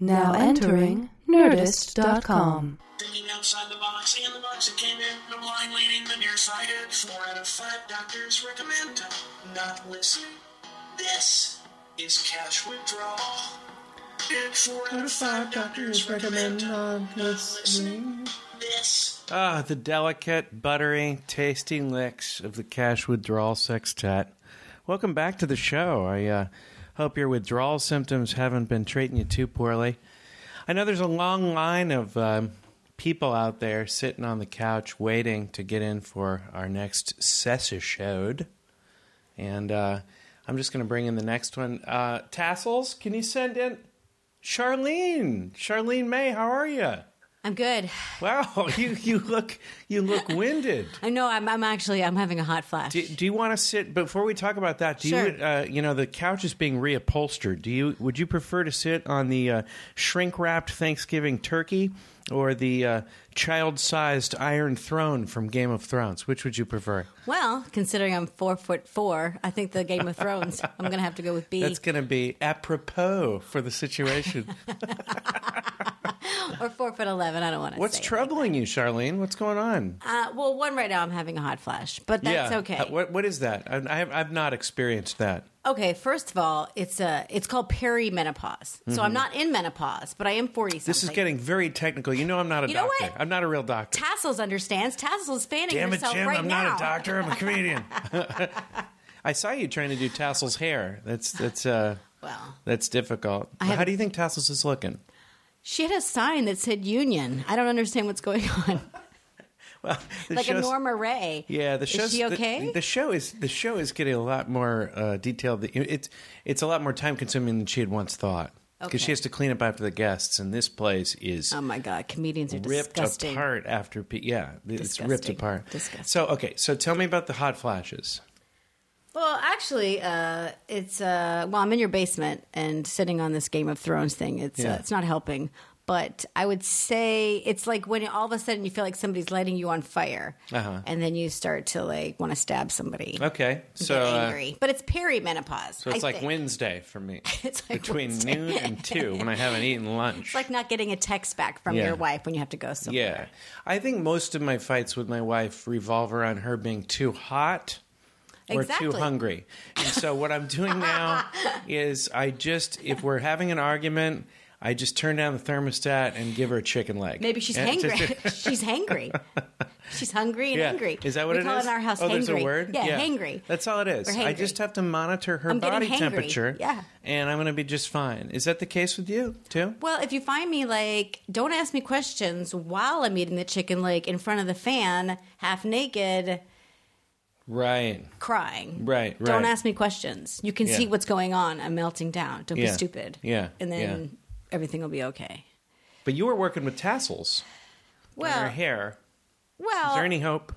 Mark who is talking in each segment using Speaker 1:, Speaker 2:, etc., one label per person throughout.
Speaker 1: Now entering Nerdist.com.
Speaker 2: Thinking outside the box, and the box that came in, the blind leading the nearsighted. Four out of five doctors recommend to not listen. This is cash withdrawal. And four out of five doctors recommend not listening. This
Speaker 3: Ah, the delicate, buttery, tasty licks of the cash withdrawal sextet. Welcome back to the show. I uh, hope your withdrawal symptoms haven't been treating you too poorly. I know there's a long line of um, people out there sitting on the couch waiting to get in for our next Sessishode. And uh, I'm just going to bring in the next one. Uh, Tassels, can you send in Charlene? Charlene May, how are you?
Speaker 4: I'm good.
Speaker 3: Wow, you, you look you look winded.
Speaker 4: I know. I'm, I'm actually. I'm having a hot flash.
Speaker 3: Do, do you want to sit before we talk about that? Do you
Speaker 4: Sure.
Speaker 3: uh, you know the couch is being reupholstered. Do you would you prefer to sit on the uh, shrink wrapped Thanksgiving turkey or the uh, child sized Iron Throne from Game of Thrones? Which would you prefer?
Speaker 4: well, considering I'm four foot four, I think the Game of Thrones. I'm gonna have to go with B
Speaker 3: That's going to be apropos for the situation.
Speaker 4: or four foot eleven. I don't want to.
Speaker 3: What's
Speaker 4: say it.
Speaker 3: troubling you, Charlene? What's going on?
Speaker 4: Uh, well, one right now I'm having a hot flash, but that's
Speaker 3: yeah.
Speaker 4: okay.
Speaker 3: Uh, What what is that? I, I have, I've not experienced that.
Speaker 4: okay, first of all, it's a. It's called perimenopause. So I'm not in menopause, but I am forty.
Speaker 3: Mhm. This is getting very technical. You know, I'm not a
Speaker 4: You know
Speaker 3: doctor.
Speaker 4: what?
Speaker 3: I'm not a real doctor.
Speaker 4: Tassels understands. Tassels fanning
Speaker 3: Damn it,
Speaker 4: herself
Speaker 3: Jim!
Speaker 4: right
Speaker 3: I'm
Speaker 4: now.
Speaker 3: not a doctor. I'm a comedian. I saw you trying to do Tassel's hair. That's that's uh,
Speaker 4: Well,
Speaker 3: that's difficult.
Speaker 4: have-
Speaker 3: How do you think Tassel's is looking?
Speaker 4: she had a sign that said union. I don't understand what's going on.
Speaker 3: Well, the
Speaker 4: like a
Speaker 3: show's-
Speaker 4: Norma Ray.
Speaker 3: Yeah, the show's
Speaker 4: Is she
Speaker 3: the-
Speaker 4: okay?
Speaker 3: The, show is the show is getting a lot more uh, detailed. It's it's a lot more time consuming than she had once thought because
Speaker 4: Okay.
Speaker 3: she has to clean up after the guests, and this place is
Speaker 4: Oh my god, comedians are
Speaker 3: ripped
Speaker 4: disgusting.
Speaker 3: apart after pe- yeah, it's ripped
Speaker 4: Disgusting.
Speaker 3: apart.
Speaker 4: Disgusting.
Speaker 3: So okay, so tell me about the hot flashes.
Speaker 4: Well, actually, uh, it's uh, well, I'm in your basement and sitting on this Game of Thrones thing. It's
Speaker 3: Yeah.
Speaker 4: uh, it's not helping. But I would say it's like when all of a sudden you feel like somebody's lighting you on fire,
Speaker 3: Uh-huh.
Speaker 4: and then you start to like want to stab somebody.
Speaker 3: Okay, so
Speaker 4: Get
Speaker 3: uh,
Speaker 4: angry, but it's perimenopause.
Speaker 3: So it's
Speaker 4: I
Speaker 3: like
Speaker 4: think.
Speaker 3: Wednesday for me.
Speaker 4: It's like
Speaker 3: between
Speaker 4: Wednesday.
Speaker 3: noon and two when I haven't eaten lunch.
Speaker 4: It's like not getting a text back from
Speaker 3: Yeah.
Speaker 4: your wife when you have to go somewhere.
Speaker 3: yeah, I think most of my fights with my wife revolve around her being too hot or
Speaker 4: Exactly.
Speaker 3: too hungry. And so what I'm doing now is I just if we're having an argument, I just turn down the thermostat and give her a chicken leg.
Speaker 4: Maybe she's
Speaker 3: And it's
Speaker 4: hangry.
Speaker 3: just-
Speaker 4: she's hangry. She's hungry and
Speaker 3: Yeah.
Speaker 4: angry.
Speaker 3: Is that what
Speaker 4: we
Speaker 3: it is?
Speaker 4: call in our house
Speaker 3: oh,
Speaker 4: hangry.
Speaker 3: there's a word.
Speaker 4: Yeah, hangry.
Speaker 3: That's all it is.
Speaker 4: We're
Speaker 3: I
Speaker 4: hangry.
Speaker 3: just have to monitor her
Speaker 4: I'm getting
Speaker 3: body
Speaker 4: hangry.
Speaker 3: temperature.
Speaker 4: Yeah.
Speaker 3: and I'm going to be just fine. Is that the case with you too?
Speaker 4: Well, if you find me like, don't ask me questions while I'm eating the chicken leg in front of the fan, half naked,
Speaker 3: Right.
Speaker 4: crying.
Speaker 3: Right, right.
Speaker 4: Don't ask me questions. You can
Speaker 3: Yeah.
Speaker 4: see what's going on. I'm melting down. Don't
Speaker 3: Yeah.
Speaker 4: be stupid.
Speaker 3: Yeah,
Speaker 4: And then everything will be okay.
Speaker 3: But you were working with tassels on her
Speaker 4: Well,
Speaker 3: hair. Is
Speaker 4: well,
Speaker 3: there any hope?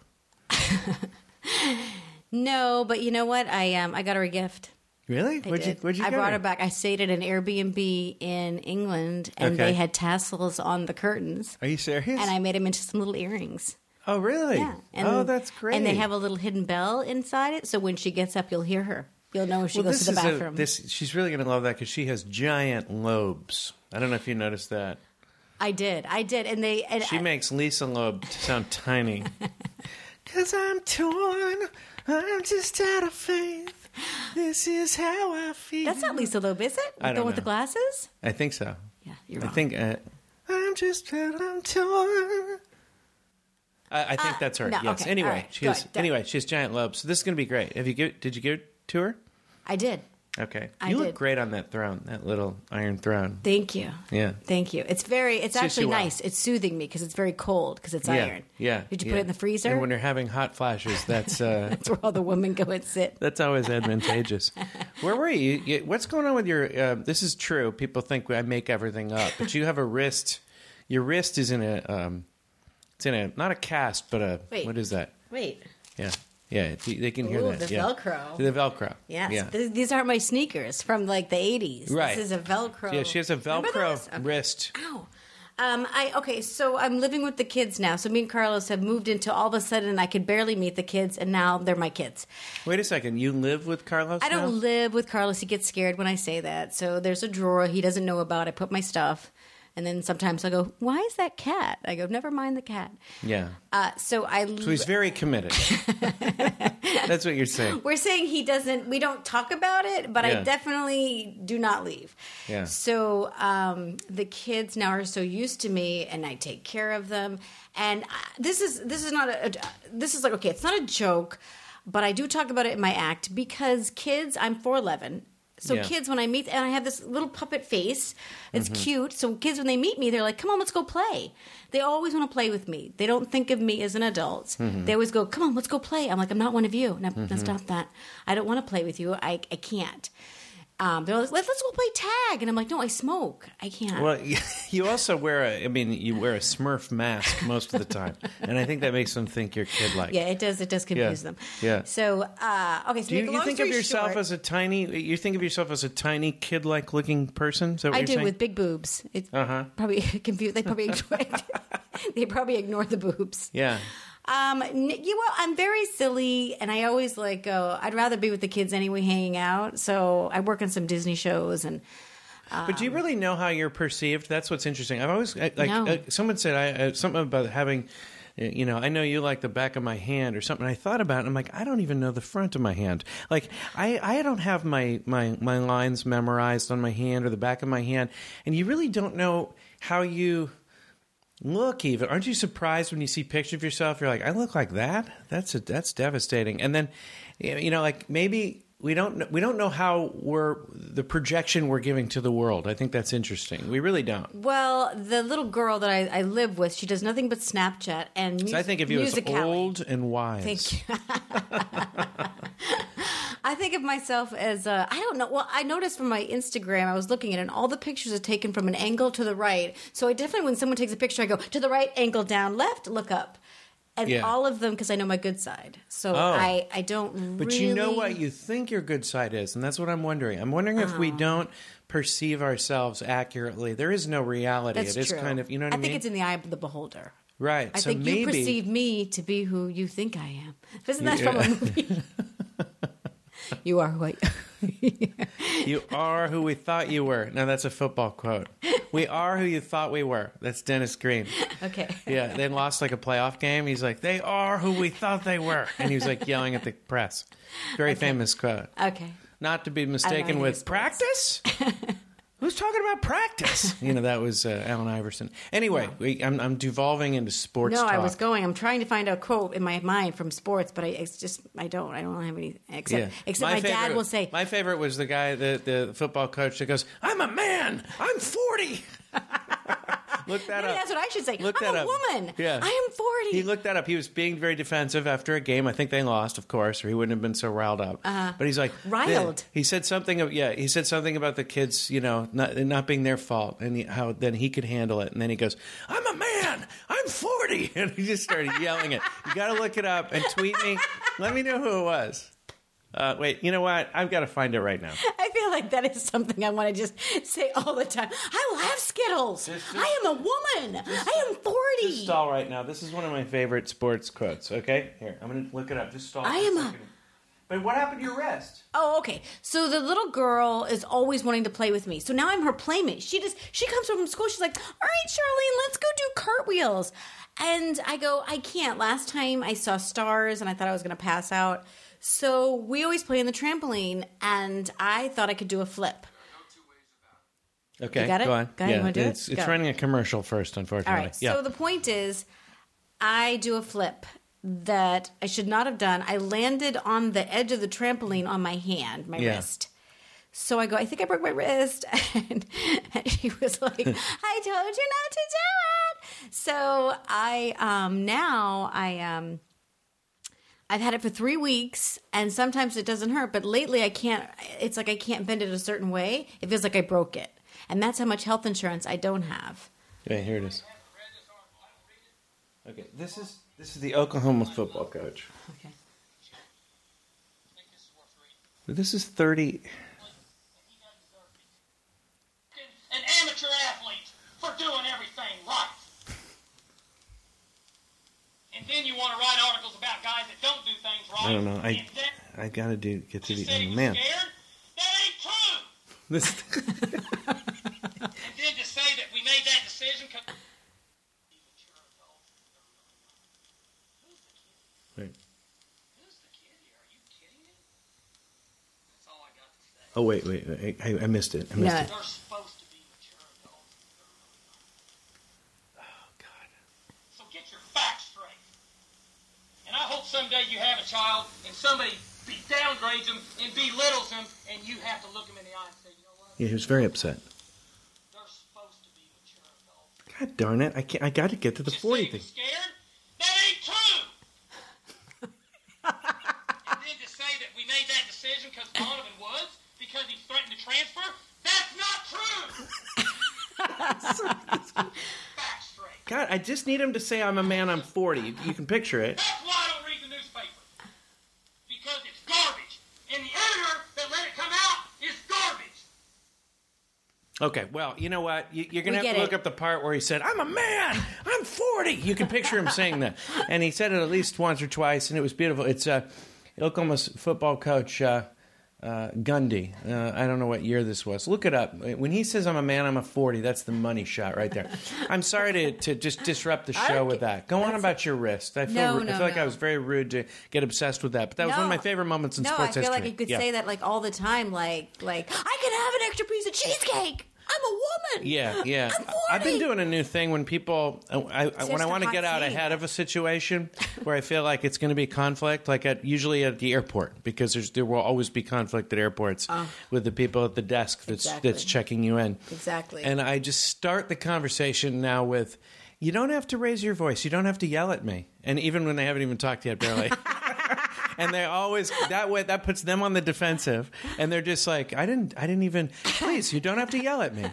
Speaker 4: no, but you know what? I um, I got her a gift.
Speaker 3: Really?
Speaker 4: I
Speaker 3: What'd you,
Speaker 4: did.
Speaker 3: what'd you
Speaker 4: I
Speaker 3: get
Speaker 4: brought
Speaker 3: her?
Speaker 4: her back. I stayed at an Airbnb in England, and
Speaker 3: Okay.
Speaker 4: they had tassels on the curtains,
Speaker 3: Are you serious?
Speaker 4: and I made them into some little earrings.
Speaker 3: oh, really?
Speaker 4: Yeah.
Speaker 3: oh, that's great.
Speaker 4: And they have a little hidden bell inside it, so when she gets up, you'll hear her. You'll know when she
Speaker 3: well,
Speaker 4: goes
Speaker 3: this
Speaker 4: to the
Speaker 3: is a-
Speaker 4: bathroom.
Speaker 3: this, she's really going to love that because she has giant lobes. I don't know if you noticed that.
Speaker 4: I did, I did, and they and
Speaker 3: She
Speaker 4: I-
Speaker 3: makes Lisa Loeb sound tiny. Because I'm torn. I'm just out of faith. This is how I feel.
Speaker 4: that's not Lisa Loeb, is it?
Speaker 3: I
Speaker 4: the
Speaker 3: don't
Speaker 4: one with the
Speaker 3: know.
Speaker 4: glasses?
Speaker 3: I think so.
Speaker 4: Yeah, you're
Speaker 3: I
Speaker 4: wrong.
Speaker 3: think uh, I'm just I'm torn. I, I think that's her.
Speaker 4: Uh, no,
Speaker 3: yes.
Speaker 4: okay,
Speaker 3: Anyway,
Speaker 4: all right,
Speaker 3: she has
Speaker 4: good, done.
Speaker 3: anyway she has giant lobes. So this is gonna be great. Have you give, did you give it to her?
Speaker 4: I did.
Speaker 3: Okay.
Speaker 4: I
Speaker 3: you look
Speaker 4: did.
Speaker 3: great on that throne, that little iron throne.
Speaker 4: Thank you.
Speaker 3: Yeah.
Speaker 4: Thank you. It's very. It's
Speaker 3: Suits
Speaker 4: actually
Speaker 3: you well.
Speaker 4: nice. It's soothing me because it's very cold because it's
Speaker 3: yeah.
Speaker 4: iron.
Speaker 3: Yeah.
Speaker 4: Did you
Speaker 3: yeah.
Speaker 4: put it in the freezer?
Speaker 3: And when you're having hot flashes, that's uh,
Speaker 4: that's where all the women go and sit.
Speaker 3: That's always advantageous. Where were you? You- What's going on with your? Uh, this is true. People think I make everything up, but you have a wrist. Your wrist is in a. Um, it's in a not a cast, but a.
Speaker 4: Wait.
Speaker 3: What is that?
Speaker 4: Wait.
Speaker 3: Yeah, yeah. They they can hear
Speaker 4: Ooh,
Speaker 3: that.
Speaker 4: the
Speaker 3: yeah.
Speaker 4: Velcro.
Speaker 3: The Velcro.
Speaker 4: Yes.
Speaker 3: Yeah.
Speaker 4: Th- these aren't my sneakers from like the 80s.
Speaker 3: Right.
Speaker 4: This is a Velcro.
Speaker 3: yeah, she has a
Speaker 4: Remember
Speaker 3: Velcro
Speaker 4: those? Okay.
Speaker 3: wrist.
Speaker 4: Ow. Um, I okay, so I'm living with the kids now. So me and Carlos have moved into all of a sudden I could barely meet the kids, and now they're my kids.
Speaker 3: Wait a second. You live with Carlos?
Speaker 4: I
Speaker 3: now?
Speaker 4: don't live with Carlos. He gets scared when I say that. So there's a drawer he doesn't know about. I put my stuff, and then sometimes I go, "Why is that cat?" I go, "Never mind the cat."
Speaker 3: Yeah.
Speaker 4: Uh, so I.
Speaker 3: So he's very committed. That's what you're saying.
Speaker 4: we're saying he doesn't. We don't talk about it, but
Speaker 3: Yeah.
Speaker 4: I definitely do not leave.
Speaker 3: Yeah.
Speaker 4: So um, the kids now are so used to me, and I take care of them. And I, this is this is not a, a this is like okay, it's not a joke, but I do talk about it in my act because kids. I'm four eleven. So
Speaker 3: Yeah.
Speaker 4: kids, when I meet, and I have this little puppet face, it's
Speaker 3: Mm-hmm.
Speaker 4: cute. So kids, when they meet me, they're like, "Come on, let's go play." They always want to play with me. They don't think of me as an adult.
Speaker 3: Mm-hmm.
Speaker 4: They always go, "Come on, let's go play." I'm like, "I'm not one of you." Now, now stop that. I don't want to play with you. I I can't. Um, they're like, "Let's let's go play tag," and I'm like, "No, I smoke. I can't."
Speaker 3: Well, you also wear a, I mean, you wear a Smurf mask most of the time. And I think that makes them think you're kid like.
Speaker 4: yeah, it does. It does confuse them.
Speaker 3: yeah.
Speaker 4: So uh, okay. So make
Speaker 3: Do you,
Speaker 4: a
Speaker 3: you
Speaker 4: long
Speaker 3: think of
Speaker 4: story
Speaker 3: yourself
Speaker 4: short,
Speaker 3: as a tiny, you think of yourself as a tiny kid like looking person? Is that what
Speaker 4: I
Speaker 3: you're
Speaker 4: do
Speaker 3: saying?
Speaker 4: with big boobs. It
Speaker 3: Uh-huh.
Speaker 4: probably confused. They probably ignore, they probably ignore the boobs.
Speaker 3: yeah.
Speaker 4: Um, n- you well, I'm very silly, and I always like go. I'd rather be with the kids anyway, hanging out. So I work on some Disney shows, and
Speaker 3: But do you really know how you're perceived? That's what's interesting. I've always I- like
Speaker 4: No.
Speaker 3: uh, someone said I, uh, something about having, uh, you know, I know you like the back of my hand or something. I thought about it. and I'm like, I don't even know the front of my hand. Like I, I don't have my my my lines memorized on my hand or the back of my hand. And you really don't know how you look even aren't you surprised when you see pictures of yourself you're like i look like that that's a, that's devastating and then you know like maybe we don't kn- we don't know how we're the projection we're giving to the world i think that's interesting we really don't
Speaker 4: well, the little girl that I, I live with, she does nothing but Snapchat and music.
Speaker 3: so i think of you as
Speaker 4: musicality.
Speaker 3: old and wise
Speaker 4: Thank you. I think of myself as uh, I don't know. Well, I noticed from my Instagram, I was looking at it, and all the pictures are taken from an angle to the right. So I definitely, when someone takes a picture, I go to the right, angle down, left, look up, and
Speaker 3: Yeah.
Speaker 4: all of them because I know my good side. So
Speaker 3: Oh.
Speaker 4: I, I don't.
Speaker 3: but
Speaker 4: really, Ah.
Speaker 3: you know what you think your good side is and that's what i'm wondering i'm wondering if we don't perceive ourselves accurately there is no reality
Speaker 4: That's
Speaker 3: it is
Speaker 4: true.
Speaker 3: kind of you know what i,
Speaker 4: I
Speaker 3: mean
Speaker 4: think it's in the eye of the beholder.
Speaker 3: right
Speaker 4: I
Speaker 3: so
Speaker 4: think
Speaker 3: maybe
Speaker 4: you perceive me to be who you think I am. Isn't that
Speaker 3: Yeah.
Speaker 4: from a movie? you are who I.
Speaker 3: You are who we thought you were. Now that's a football quote. We are who you thought we were. That's Dennis Green.
Speaker 4: okay.
Speaker 3: Yeah, they lost like a playoff game. He's like, they are who we thought they were, and he was like yelling at the press. Very famous quote.
Speaker 4: Okay.
Speaker 3: Not to be mistaken
Speaker 4: anything
Speaker 3: with
Speaker 4: about
Speaker 3: practice. Who's talking about practice? You know that was uh, Allen Iverson. Anyway, we, I'm, I'm devolving into sports.
Speaker 4: No, I
Speaker 3: talk.
Speaker 4: was going. I'm trying to find a quote in my mind from sports, but I it's just I don't. I don't have any except except my, dad
Speaker 3: favorite-
Speaker 4: will say,
Speaker 3: My favorite was the guy, the, the football coach that goes, I'm a man. I'm 40. Look that
Speaker 4: Maybe
Speaker 3: up.
Speaker 4: that's what I should say.
Speaker 3: Look
Speaker 4: I'm
Speaker 3: that
Speaker 4: a
Speaker 3: up.
Speaker 4: woman.
Speaker 3: Yeah.
Speaker 4: I am 40.
Speaker 3: He looked that up. He was being very defensive after a game. I think they lost, of course, or he wouldn't have been so riled up. But he's like
Speaker 4: Uh-huh. Riled.
Speaker 3: He said something. Of, yeah, he said something about the kids, you know, not it not being their fault, and he, how then he could handle it. And then he goes, "I'm a man. I'm 40," and he just started yelling it. You got to look it up and tweet me. Let me know who it was. Uh, wait, you know what? I've got to find it right now.
Speaker 4: I feel like that is something I want to just say all the time. I will have Skittles.
Speaker 3: Just-
Speaker 4: I am a woman. I am 40.
Speaker 3: Just stall right now. This is one of my favorite sports quotes. Okay, here I'm going to look it up. Just stall.
Speaker 4: I
Speaker 3: for
Speaker 4: am a-
Speaker 3: second. But what happened to your wrist?
Speaker 4: Oh, okay. So the little girl is always wanting to play with me. So now I'm her playmate. She just she comes home from school. She's like, "All right, Charlene, let's go do cartwheels." And I go, "I can't." Last time I saw stars, and I thought I was going to pass out. So we always play on the trampoline, and I thought I could do a flip.
Speaker 3: Okay,
Speaker 4: You got it?
Speaker 3: go on.
Speaker 4: Go ahead, you wanna do it?
Speaker 3: it's it's
Speaker 4: Go.
Speaker 3: running a commercial first, unfortunately.
Speaker 4: All right.
Speaker 3: yeah.
Speaker 4: So the point is, I do a flip that I should not have done. I landed on the edge of the trampoline on my hand, my
Speaker 3: Yeah.
Speaker 4: wrist. So I go, I think I broke my wrist. And, and she was like, I told you not to do it. So I, um, now I, um, I've had it for three weeks and sometimes it doesn't hurt, but lately I can't, it's like I can't bend it a certain way. It feels like I broke it. And that's how much health insurance I don't have.
Speaker 3: Yeah, here it is. Okay, this is this is the Oklahoma football coach.
Speaker 4: Okay.
Speaker 3: This is thirty.
Speaker 2: An amateur athlete. for doing everything right. And then you want to write articles about guys that don't do things right.
Speaker 3: I don't know. I
Speaker 2: and then
Speaker 3: I gotta do get to
Speaker 2: she
Speaker 3: the
Speaker 2: said he
Speaker 3: end.
Speaker 2: was
Speaker 3: Man,
Speaker 2: scared. That ain't true.
Speaker 3: this
Speaker 2: And then to say that we made that decision 'cause-
Speaker 3: Wait.
Speaker 2: Who's the kid here? Are you kidding me? That's all I got to say.
Speaker 3: Oh wait, wait, wait. I, I missed it. I missed
Speaker 4: No.
Speaker 3: it.
Speaker 2: They're supposed to be mature adults.
Speaker 3: Oh God.
Speaker 2: So get your facts straight. And I hope someday you have a child and somebody be downgrades them and belittles them and you have to look them in the eye and say, you know what?
Speaker 3: Yeah, he was very upset.
Speaker 2: They're supposed to be mature adults.
Speaker 3: God darn it! I can't. I gotta get to the
Speaker 2: Just
Speaker 3: forty
Speaker 2: say
Speaker 3: thing.
Speaker 2: you're scared? That ain't true. and then to say that we made that decision because Donovan Woods, because he threatened to transfer, that's not true. facts straight.
Speaker 3: God, I just need him to say I'm a man. I'm forty. You can picture it.
Speaker 2: That's why I don't read the newspaper. Because it's garbage. And the editor that let it come out is garbage.
Speaker 3: Okay. Well, you know what? You, you're gonna
Speaker 4: We
Speaker 3: have
Speaker 4: get
Speaker 3: to look
Speaker 4: it.
Speaker 3: up the part where he said, "I'm a man. I'm 40." You can picture him saying that, and he said it at least once or twice, and it was beautiful. It's uh, Oklahoma's football coach. Uh, uh, Gundy. Uh, I don't know what year this was. Look it up. When he says, I'm a man, I'm a 40, that's the money shot right there. I'm sorry to, to just disrupt the show with that. Go on about your wrist. I feel,
Speaker 4: No,
Speaker 3: I
Speaker 4: no,
Speaker 3: feel like
Speaker 4: no.
Speaker 3: I was very rude to get obsessed with that, but that was one of
Speaker 4: No.
Speaker 3: my favorite moments in
Speaker 4: no,
Speaker 3: sports
Speaker 4: I feel
Speaker 3: history.
Speaker 4: like I could
Speaker 3: Yeah.
Speaker 4: say that like all the time. Like, like I can have an extra piece of cheesecake. I'm a woman.
Speaker 3: Yeah, yeah.
Speaker 4: I'm 40.
Speaker 3: I've been doing a new thing when people, uh, I, I, when
Speaker 4: just
Speaker 3: I
Speaker 4: a
Speaker 3: want to
Speaker 4: hot
Speaker 3: get out
Speaker 4: seat.
Speaker 3: ahead of a situation where I feel like it's going to be conflict, like at usually at the airport because there's, there will always be conflict at airports with the people at the desk that's
Speaker 4: Oh. Exactly.
Speaker 3: that's checking you in.
Speaker 4: Exactly.
Speaker 3: And I just start the conversation now with, "You don't have to raise your voice. You don't have to yell at me." And even when they haven't even talked yet, barely. and they always that way that puts them on the defensive and they're just like i didn't i didn't even please you don't have to yell at me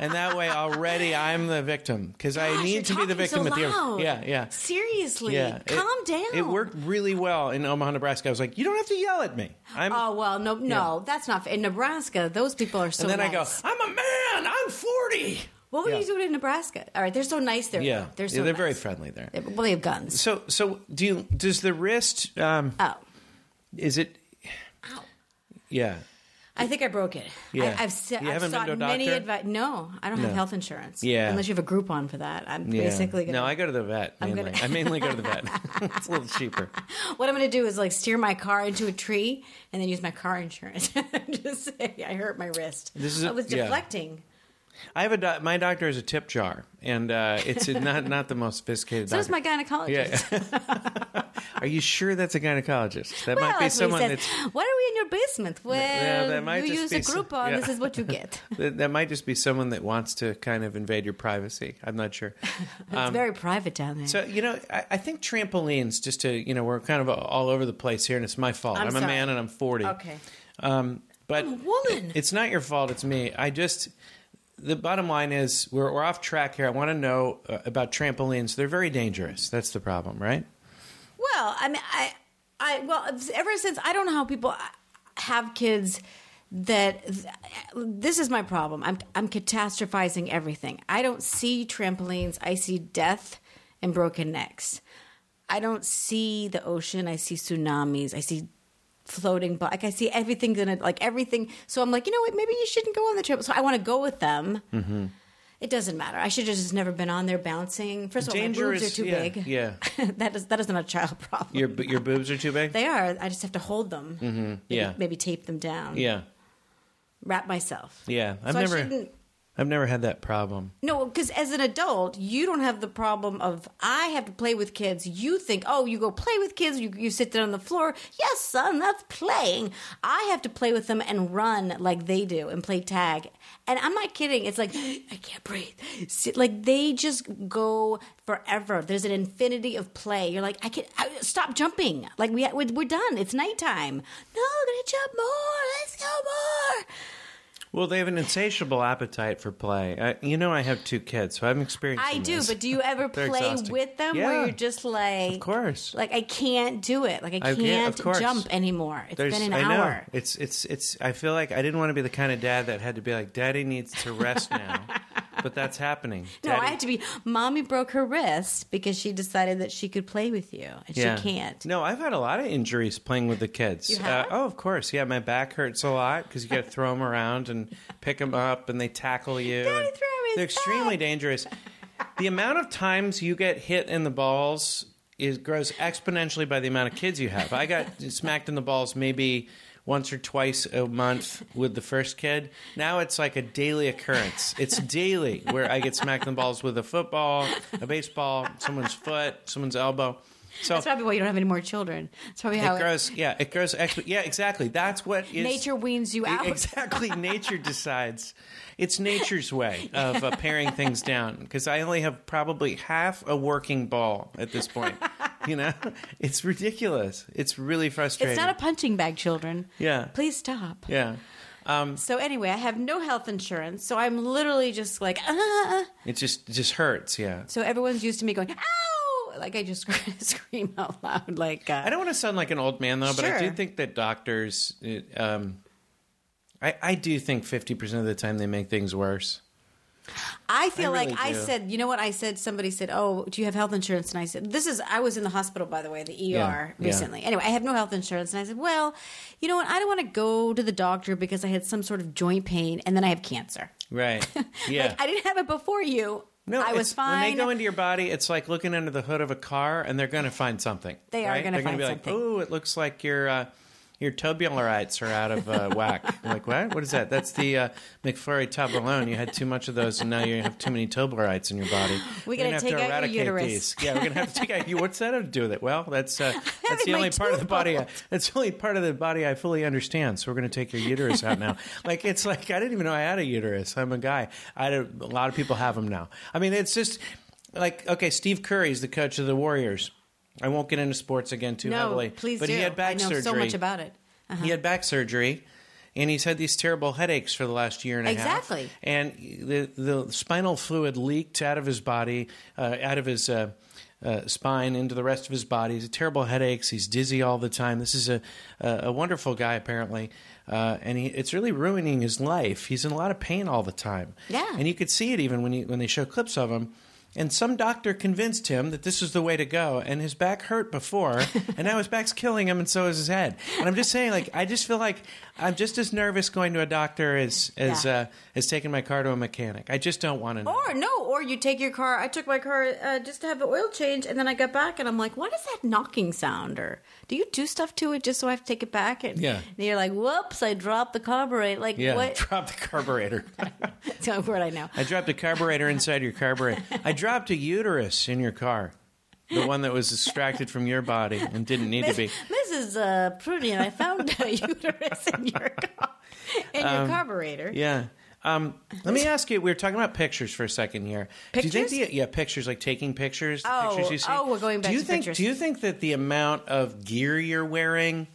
Speaker 3: and that way already i'm the victim because i
Speaker 4: Gosh,
Speaker 3: need to
Speaker 4: you're
Speaker 3: be the
Speaker 4: talking so
Speaker 3: victim at the
Speaker 4: loud.
Speaker 3: yeah yeah
Speaker 4: Seriously,
Speaker 3: yeah It-
Speaker 4: calm down.
Speaker 3: it worked really well in omaha nebraska i was like you don't have to yell at me i'm
Speaker 4: Oh well, no, no, that's not in Nebraska. Those people are so.
Speaker 3: and then i go
Speaker 4: nice.
Speaker 3: i'm a man i'm 40
Speaker 4: What would
Speaker 3: Yeah.
Speaker 4: you do in Nebraska? All right, they're so nice there.
Speaker 3: yeah
Speaker 4: they're so
Speaker 3: they're very
Speaker 4: nice.
Speaker 3: friendly there
Speaker 4: Well, they have guns.
Speaker 3: so so do you does the wrist um
Speaker 4: Oh,
Speaker 3: is it
Speaker 4: ow!
Speaker 3: yeah
Speaker 4: I think I broke it.
Speaker 3: Yeah.
Speaker 4: I, I've, se-
Speaker 3: You
Speaker 4: I've
Speaker 3: haven't been
Speaker 4: sought
Speaker 3: to a
Speaker 4: many
Speaker 3: doctor?
Speaker 4: advice. No, I don't have health insurance.
Speaker 3: Yeah.
Speaker 4: unless you have a Groupon for that. I'm
Speaker 3: yeah.
Speaker 4: basically gonna,
Speaker 3: no i go to the vet mainly
Speaker 4: gonna-
Speaker 3: i mainly go to the vet it's a little cheaper
Speaker 4: What I'm going to do is like steer my car into a tree and then use my car insurance. Just say I hurt my wrist.
Speaker 3: This is a-
Speaker 4: I was
Speaker 3: yeah.
Speaker 4: deflecting.
Speaker 3: I have a doc- my doctor is a tip jar, and uh, it's a- not not the most sophisticated.
Speaker 4: So does
Speaker 3: doctor.
Speaker 4: my gynecologist.
Speaker 3: Yeah. Are you sure that's a gynecologist? That
Speaker 4: Well,
Speaker 3: might be
Speaker 4: that's what
Speaker 3: someone
Speaker 4: he says.
Speaker 3: that's.
Speaker 4: Why are we in your basement? Well,
Speaker 3: that might
Speaker 4: you
Speaker 3: just
Speaker 4: use
Speaker 3: be
Speaker 4: a
Speaker 3: some-
Speaker 4: Groupon.
Speaker 3: yeah.
Speaker 4: This is what you get.
Speaker 3: That, that might just be someone that wants to kind of invade your privacy. I'm not sure.
Speaker 4: It's very private down there.
Speaker 3: Um, So you know, I, I think trampolines. Just to you know, we're kind of all over the place here, and it's my fault.
Speaker 4: I'm
Speaker 3: a
Speaker 4: sorry.
Speaker 3: man, and I'm 40.
Speaker 4: okay.
Speaker 3: Um, but
Speaker 4: I'm a woman.
Speaker 3: it's not your fault. It's me. I just the bottom line is we're we're off track here. I want to know uh, about trampolines. They're very dangerous. That's the problem, right?
Speaker 4: Well, I mean, I, I, well, ever since I don't know how people have kids that this is my problem. I'm I'm catastrophizing everything. I don't see trampolines. I see death and broken necks. I don't see the ocean. I see tsunamis. I see floating but like i see everything gonna like everything so i'm like you know what maybe you shouldn't go on the trip so i want to go with them
Speaker 3: Mm-hmm.
Speaker 4: it doesn't matter i should have just never been on there bouncing first of all my boobs are too
Speaker 3: yeah,
Speaker 4: big
Speaker 3: Yeah,
Speaker 4: that is that is not a child problem.
Speaker 3: your bo- your boobs are too big.
Speaker 4: they are. I just have to hold them. Mm-hmm.
Speaker 3: yeah,
Speaker 4: Maybe tape them down.
Speaker 3: yeah,
Speaker 4: Wrap myself.
Speaker 3: yeah. I've
Speaker 4: So I
Speaker 3: never,
Speaker 4: shouldn't.
Speaker 3: I've never had that problem.
Speaker 4: No, because as an adult, you don't have the problem of I have to play with kids. You think, oh, you go play with kids. You you sit down on the floor. Yes, son, that's playing. I have to play with them and run like they do and play tag. And I'm not kidding. It's like I can't breathe. Sit, like they just go forever. There's an infinity of play. You're like, I can't I, stop jumping. Like we we're, we're done. It's nighttime. No, I'm gonna jump more. Let's go more.
Speaker 3: Well, they have an insatiable appetite for play. I, you know, I have two kids, so I'm experiencing.
Speaker 4: I do,
Speaker 3: this.
Speaker 4: but do you ever
Speaker 3: They're
Speaker 4: play
Speaker 3: exhausting.
Speaker 4: with them
Speaker 3: Yeah.
Speaker 4: where you're just like,
Speaker 3: Of course.
Speaker 4: like I can't do it, like I
Speaker 3: I-
Speaker 4: can't
Speaker 3: yeah, of course.
Speaker 4: jump anymore. It's
Speaker 3: There's,
Speaker 4: been an
Speaker 3: I know.
Speaker 4: hour.
Speaker 3: It's it's it's. I feel like I didn't want to be the kind of dad that had to be like, "Daddy needs to rest now." but that's happening.
Speaker 4: No,
Speaker 3: Daddy-
Speaker 4: I have to be. Mommy broke her wrist because she decided that she could play with you, and she can't.
Speaker 3: No, I've had a lot of injuries playing with the kids.
Speaker 4: You have?
Speaker 3: Uh, oh, of course. Yeah, my back hurts a lot because you got to throw them around and pick them up, and they tackle you.
Speaker 4: Daddy
Speaker 3: and
Speaker 4: threw his
Speaker 3: They're extremely dangerous. the amount of times you get hit in the balls is grows exponentially by the amount of kids you have. I got smacked in the balls maybe once or twice a month with the first kid. Now it's like a daily occurrence. It's daily where I get smacked in the balls with a football, a baseball, someone's foot, someone's elbow. So
Speaker 4: That's probably why you don't have any more children. That's probably how
Speaker 3: it grows. Yeah, it grows. Exp- yeah, exactly. That's what is
Speaker 4: nature weans
Speaker 3: e-,
Speaker 4: you out.
Speaker 3: Exactly. nature decides. It's nature's way of uh, paring things down because I only have probably half a working ball at this point. You know, it's ridiculous. It's really frustrating.
Speaker 4: It's not a punching bag, children.
Speaker 3: Yeah.
Speaker 4: Please stop.
Speaker 3: yeah.
Speaker 4: So anyway, I have no health insurance, so I'm literally just like, ah.
Speaker 3: It just it just hurts. Yeah.
Speaker 4: So everyone's used to me going, ow! Like I just scream out loud, like, uh,
Speaker 3: I don't want to sound like an old man though, but I do
Speaker 4: Sure.
Speaker 3: think that doctors, it, um, I I do think fifty percent of the time they make things worse.
Speaker 4: I feel
Speaker 3: I really
Speaker 4: like I
Speaker 3: do.
Speaker 4: said, you know what I said? Somebody said, "Oh, do you have health insurance?" And I said, "This is." I was in the hospital, by the way, the ER
Speaker 3: yeah.
Speaker 4: recently. Anyway, I have no health insurance, and I said, "Well, you know what? I don't want to go to the doctor because I had some sort of joint pain, and then I have cancer.
Speaker 3: Right. Yeah.
Speaker 4: Like I didn't have it before you.
Speaker 3: No,
Speaker 4: I was
Speaker 3: it's- When
Speaker 4: fine.
Speaker 3: they go into your body, it's like looking under the hood of a car, and they're going to find something.
Speaker 4: They are
Speaker 3: right?
Speaker 4: gonna
Speaker 3: They're
Speaker 4: find
Speaker 3: be
Speaker 4: something.
Speaker 3: like, "Oh, it looks like your uh, your tubularites are out of uh, whack." I'm like what? What is that? That's the uh, McFlurry Toblerone. You had too much of those, and now you have too many tubularites in your body.
Speaker 4: We
Speaker 3: We're
Speaker 4: gotta
Speaker 3: gonna
Speaker 4: take out
Speaker 3: have
Speaker 4: your
Speaker 3: to eradicate
Speaker 4: uterus.
Speaker 3: These. Yeah, we're going to have to take out. You, what's that have to do with it? Well, that's uh, that's the
Speaker 4: my
Speaker 3: only part of the
Speaker 4: tooth
Speaker 3: body. I,
Speaker 4: pulled.
Speaker 3: that's the only part of the body I fully understand. So we're going to take your uterus out now. like it's like I didn't even know I had a uterus. I'm a guy. I don't, a lot of people have them now. I mean, it's just like okay, Steve Curry is the coach of the Warriors. I won't get into sports again too
Speaker 4: no,
Speaker 3: heavily.
Speaker 4: please
Speaker 3: but
Speaker 4: do.
Speaker 3: he had back
Speaker 4: I know
Speaker 3: surgery.
Speaker 4: so much about it.
Speaker 3: He had back surgery, and he's had these terrible headaches for the last year and a
Speaker 4: Exactly.
Speaker 3: half. And the the spinal fluid leaked out of his body, uh, out of his. Uh, uh, spine into the rest of his body. He's had terrible headaches. He's dizzy all the time. This is a a, a wonderful guy apparently, uh, and he, it's really ruining his life. He's in a lot of pain all the time.
Speaker 4: Yeah.
Speaker 3: and you could see it even when you, when they show clips of him. And some doctor convinced him that this was the way to go, and his back hurt before, and now his back's killing him, and so is his head. And I'm just saying, like, I just feel like I'm just as nervous going to a doctor as as
Speaker 4: Yeah.
Speaker 3: uh, as taking my car to a mechanic. I just don't want to know.
Speaker 4: Or no, or you take your car. I took my car uh, just to have the oil change, and then I got back, and I'm like, "What is that knocking sound?" Or do you do stuff to it just so I have to take it back? And,
Speaker 3: Yeah.
Speaker 4: and you're like, "Whoops, I dropped the carburetor." Like
Speaker 3: yeah,
Speaker 4: what?
Speaker 3: drop the carburetor.
Speaker 4: It's the only word I know.
Speaker 3: I dropped a carburetor inside your carburetor. I dropped a uterus in your car, the one that was distracted from your body and didn't need to be.
Speaker 4: Mrs. Uh, Prudian, I found a uterus in your car, in your carburetor.
Speaker 3: Yeah. Um, let me ask you. We were talking about pictures for a second here. Do you think
Speaker 4: Pictures?
Speaker 3: the yeah pictures like taking pictures? the
Speaker 4: Oh,
Speaker 3: pictures you see?
Speaker 4: oh, we're going back
Speaker 3: do you
Speaker 4: to
Speaker 3: think,
Speaker 4: pictures.
Speaker 3: Do you think that the amount of gear you're wearing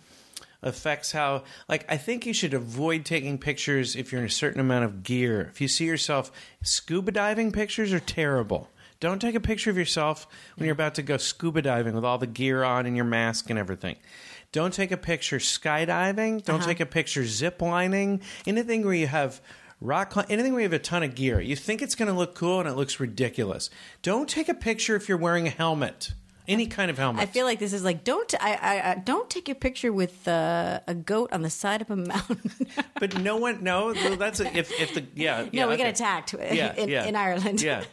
Speaker 3: affects how? Like, I think you should avoid taking pictures if you're in a certain amount of gear. If you see yourself scuba diving, pictures are terrible. Don't take a picture of yourself when you're about to go scuba diving with all the gear on and your mask and everything. Don't take a picture skydiving.
Speaker 4: Uh-huh.
Speaker 3: Don't take a picture zip lining. Anything where you have rock cli- anything where you have a ton of gear. You think it's going to look cool and it looks ridiculous. Don't take a picture if you're wearing a helmet, any kind of helmet.
Speaker 4: I feel like this is like don't I, I, I don't take a picture with uh, a goat on the side of a mountain.
Speaker 3: but no one, no, that's a, if if the yeah.
Speaker 4: no,
Speaker 3: yeah,
Speaker 4: we got
Speaker 3: okay.
Speaker 4: attacked
Speaker 3: Yeah,
Speaker 4: in,
Speaker 3: yeah.
Speaker 4: in Ireland.
Speaker 3: Yeah.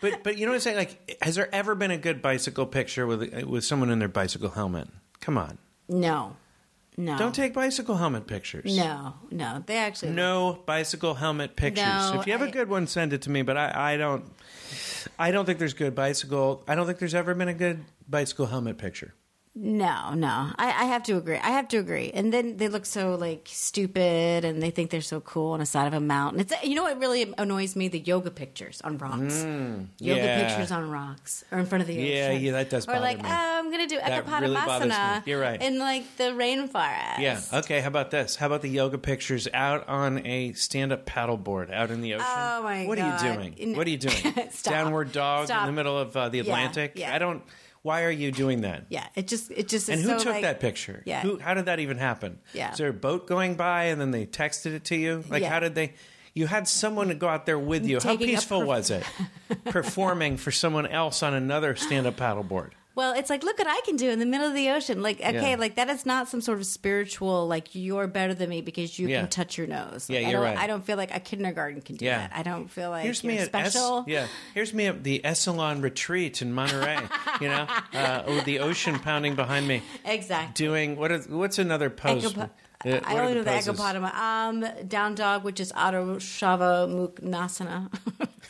Speaker 3: But but you know what I'm saying? Like, has there ever been a good bicycle picture with with someone in their bicycle helmet? Come on,
Speaker 4: No, no.
Speaker 3: don't take bicycle helmet pictures.
Speaker 4: Oh. No, no, they actually
Speaker 3: no bicycle helmet pictures.
Speaker 4: No,
Speaker 3: if you have a
Speaker 4: I-
Speaker 3: good one, send it to me. But I, I don't, I don't think there's good bicycle. I don't think there's ever been a good bicycle helmet picture.
Speaker 4: no, no. I, I have to agree. I have to agree. And then they look so like stupid, and they think they're so cool on the side of a mountain. It's you know what really annoys me the yoga pictures on rocks, yoga
Speaker 3: Mm, yeah.
Speaker 4: pictures on rocks or in front of the ocean.
Speaker 3: Yeah, yeah, that does
Speaker 4: Or
Speaker 3: bother
Speaker 4: like
Speaker 3: me.
Speaker 4: oh, I'm gonna do
Speaker 3: That really bothers
Speaker 4: Ekapadmasana.
Speaker 3: me. You're right.
Speaker 4: In like the rainforest.
Speaker 3: Yeah. Okay. How about this? How about the yoga pictures out on a stand-up paddleboard out in the ocean?
Speaker 4: Oh, my
Speaker 3: What are
Speaker 4: God.
Speaker 3: you doing?
Speaker 4: N-
Speaker 3: What are you doing?
Speaker 4: Stop.
Speaker 3: Downward dog
Speaker 4: Stop.
Speaker 3: in the middle of uh, the Atlantic.
Speaker 4: yeah.
Speaker 3: I don't. Why are you doing that?
Speaker 4: Yeah, it just it just
Speaker 3: And
Speaker 4: is
Speaker 3: who
Speaker 4: so,
Speaker 3: took
Speaker 4: like-
Speaker 3: that picture?
Speaker 4: Yeah.
Speaker 3: Who, how did that even happen?
Speaker 4: Yeah.
Speaker 3: Is there a boat going by and then they texted it to you? Like,
Speaker 4: Yeah.
Speaker 3: how did they? you had someone to go out there with you. How
Speaker 4: Taking a
Speaker 3: peaceful
Speaker 4: perf-
Speaker 3: was it? Performing for someone else on another stand-up paddleboard.
Speaker 4: Well, it's like, look what I can do in the middle of the ocean. Like, okay,
Speaker 3: Yeah.
Speaker 4: like that is not some sort of spiritual, like, you're better than me because you
Speaker 3: Yeah.
Speaker 4: can touch your nose.
Speaker 3: Yeah,
Speaker 4: Like, I
Speaker 3: you're
Speaker 4: don't,
Speaker 3: right.
Speaker 4: I don't feel like a kindergarten can do
Speaker 3: Yeah.
Speaker 4: that. I don't feel like
Speaker 3: Here's
Speaker 4: you're
Speaker 3: me at Es-
Speaker 4: special.
Speaker 3: yeah. Here's me at the Esalen retreat in Monterey. you know, uh, with the ocean pounding behind me,
Speaker 4: Exactly.
Speaker 3: doing what? Is, what's another pose?
Speaker 4: Ekapo-
Speaker 3: Uh, what
Speaker 4: I
Speaker 3: are
Speaker 4: only know the
Speaker 3: poses?
Speaker 4: Ekapodama. Um, down dog, which is Adho Shava Mukhnasana.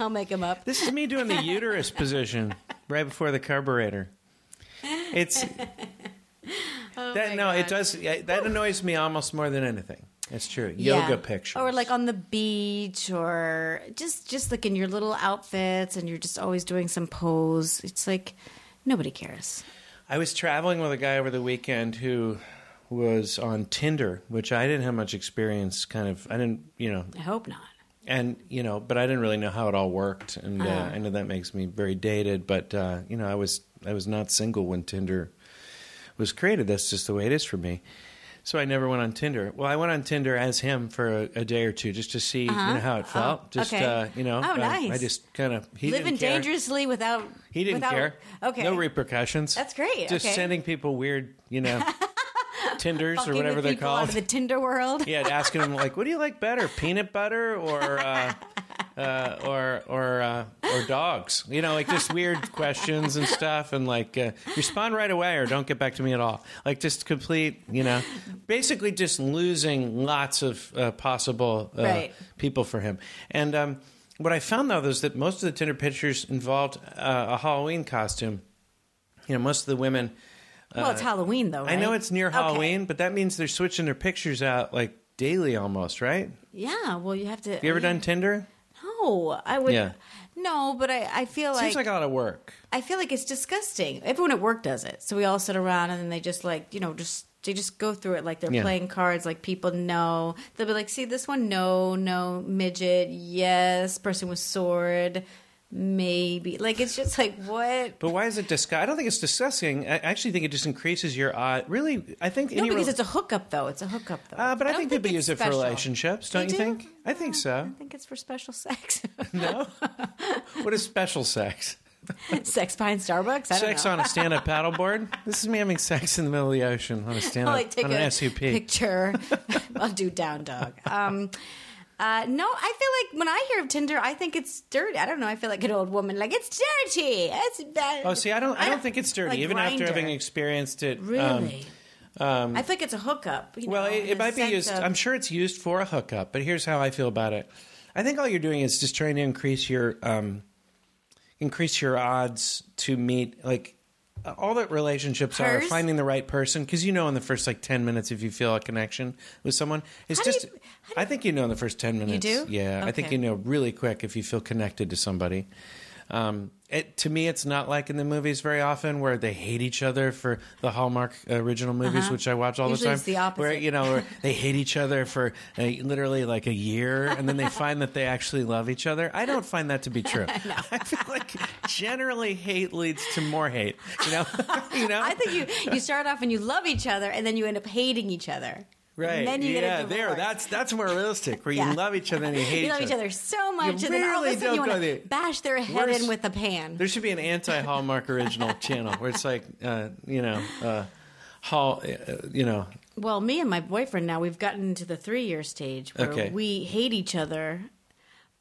Speaker 4: I'll make him up.
Speaker 3: This is me doing the uterus position right before the carburetor. It's that
Speaker 4: Oh my
Speaker 3: no,
Speaker 4: God.
Speaker 3: it does yeah, that annoys me almost more than anything. It's true. Yoga
Speaker 4: Yeah.
Speaker 3: pictures
Speaker 4: or like on the beach, or just just like in your little outfits, and you're just always doing some pose. It's like nobody cares.
Speaker 3: I was traveling with a guy over the weekend who was on Tinder, which I didn't have much experience. Kind of, I didn't, you know,
Speaker 4: I hope not.
Speaker 3: and you know, but I didn't really know how it all worked, and uh,
Speaker 4: Uh-huh.
Speaker 3: I know that makes me very dated. But uh, you know, I was I was not single when Tinder was created. That's just the way it is for me. So I never went on Tinder. Well, I went on Tinder as him for a, a day or two just to see you know, how it felt. just
Speaker 4: Uh-huh. Oh, okay.
Speaker 3: uh, you know,
Speaker 4: Oh,
Speaker 3: uh,
Speaker 4: nice.
Speaker 3: I just kind of he
Speaker 4: Living
Speaker 3: didn't care.
Speaker 4: dangerously without
Speaker 3: He didn't
Speaker 4: without,
Speaker 3: care.
Speaker 4: Okay,
Speaker 3: No repercussions.
Speaker 4: That's great.
Speaker 3: Just
Speaker 4: Okay.
Speaker 3: sending people weird, you know, Tinders
Speaker 4: Fucking
Speaker 3: or
Speaker 4: the
Speaker 3: whatever they're
Speaker 4: people out
Speaker 3: called.
Speaker 4: of the Tinder world.
Speaker 3: yeah, asking them like, "What do you like better, peanut butter or uh, uh, or or uh, or dogs?" You know, like just weird questions and stuff, and like uh, respond right away or don't get back to me at all. Like just complete, you know, basically just losing lots of uh, possible uh,
Speaker 4: Right.
Speaker 3: people for him. And um, what I found though is that most of the Tinder pictures involved uh, a Halloween costume. You know, most of the women.
Speaker 4: well, it's Halloween though.
Speaker 3: Uh, I know
Speaker 4: right?
Speaker 3: it's near
Speaker 4: Okay.
Speaker 3: Halloween, but that means they're switching their pictures out like daily almost, right?
Speaker 4: Yeah. Well, you have to.
Speaker 3: You ever done Tinder?
Speaker 4: No, I would.
Speaker 3: Yeah.
Speaker 4: No, but I, I feel like,
Speaker 3: Seems like a lot of work.
Speaker 4: I feel like it's disgusting. Everyone at work does it, so we all sit around and then they just like you know just they just go through it like they're
Speaker 3: Yeah.
Speaker 4: playing cards. Like people know they'll be like, see this one, no, no, midget, yes, person with sword, maybe. Like it's just like what.
Speaker 3: But why is it disgusting? I don't think it's disgusting. I actually think it just increases your odd. Really, I think
Speaker 4: No,
Speaker 3: any
Speaker 4: because
Speaker 3: rel-
Speaker 4: it's a hookup, though. It's a hookup, though.
Speaker 3: Uh, but I,
Speaker 4: don't
Speaker 3: think, people
Speaker 4: it's
Speaker 3: use it for
Speaker 4: special.
Speaker 3: relationships, don't
Speaker 4: They
Speaker 3: you
Speaker 4: do?
Speaker 3: think? I think so.
Speaker 4: I think it's for special sex.
Speaker 3: No. what is special sex?
Speaker 4: sex behind Starbucks? I don't
Speaker 3: Sex
Speaker 4: know.
Speaker 3: on a stand-up paddleboard. This is me having sex in the middle of the ocean on a stand-up
Speaker 4: I'll like take
Speaker 3: on
Speaker 4: a
Speaker 3: an SUP.
Speaker 4: picture. I'll do down dog. Um, uh, no, I feel like when I hear of Tinder, I think it's dirty. I don't know. I feel like an old woman. Like it's dirty. It's bad.
Speaker 3: Oh, see, I don't. I don't think it's dirty,
Speaker 4: Like
Speaker 3: even after
Speaker 4: Grindr.
Speaker 3: having experienced it. um,
Speaker 4: really. I feel like it's a hookup. you know,
Speaker 3: Well, it,
Speaker 4: in
Speaker 3: it
Speaker 4: the
Speaker 3: might be
Speaker 4: sense
Speaker 3: used.
Speaker 4: of-
Speaker 3: I'm sure it's used for a hookup, but here's how I feel about it. I think all you're doing is just trying to increase your um, increase your odds to meet like uh, all that relationships are
Speaker 4: Hers?
Speaker 3: finding the right person because you know in the first like 10 minutes if you feel a connection with someone it's
Speaker 4: How do
Speaker 3: just
Speaker 4: you-
Speaker 3: i think you know in the first 10 minutes
Speaker 4: do?
Speaker 3: yeah i think
Speaker 4: Okay.
Speaker 3: you know really quick if you feel connected to somebody um, it, to me, it's not like in the movies very often where they hate each other for the Hallmark original movies, which I watch all
Speaker 4: Uh-huh. Usually
Speaker 3: the time.
Speaker 4: it's the opposite.
Speaker 3: Where you know where they hate each other for uh, literally like a year, and then they find that they actually love each other. I don't find that to be true. I feel like generally hate leads to more hate. You know, you know.
Speaker 4: I think you, you start off and you love each other, and then you end up hating each other.
Speaker 3: Right.
Speaker 4: And then you
Speaker 3: yeah,
Speaker 4: get a
Speaker 3: there.
Speaker 4: divorce.
Speaker 3: That's that's more realistic. Where
Speaker 4: Yeah.
Speaker 3: you love each other and you hate
Speaker 4: you love each other so much,
Speaker 3: You
Speaker 4: and then all of
Speaker 3: really
Speaker 4: a sudden you
Speaker 3: don't
Speaker 4: want
Speaker 3: go there.
Speaker 4: to bash their head
Speaker 3: Worse-
Speaker 4: in with a pan.
Speaker 3: There should be an anti Hallmark original channel where it's like, uh, you know, uh, Hall, uh, you know,
Speaker 4: Well, me and my boyfriend now we've gotten to the three year stage where
Speaker 3: Okay.
Speaker 4: we hate each other,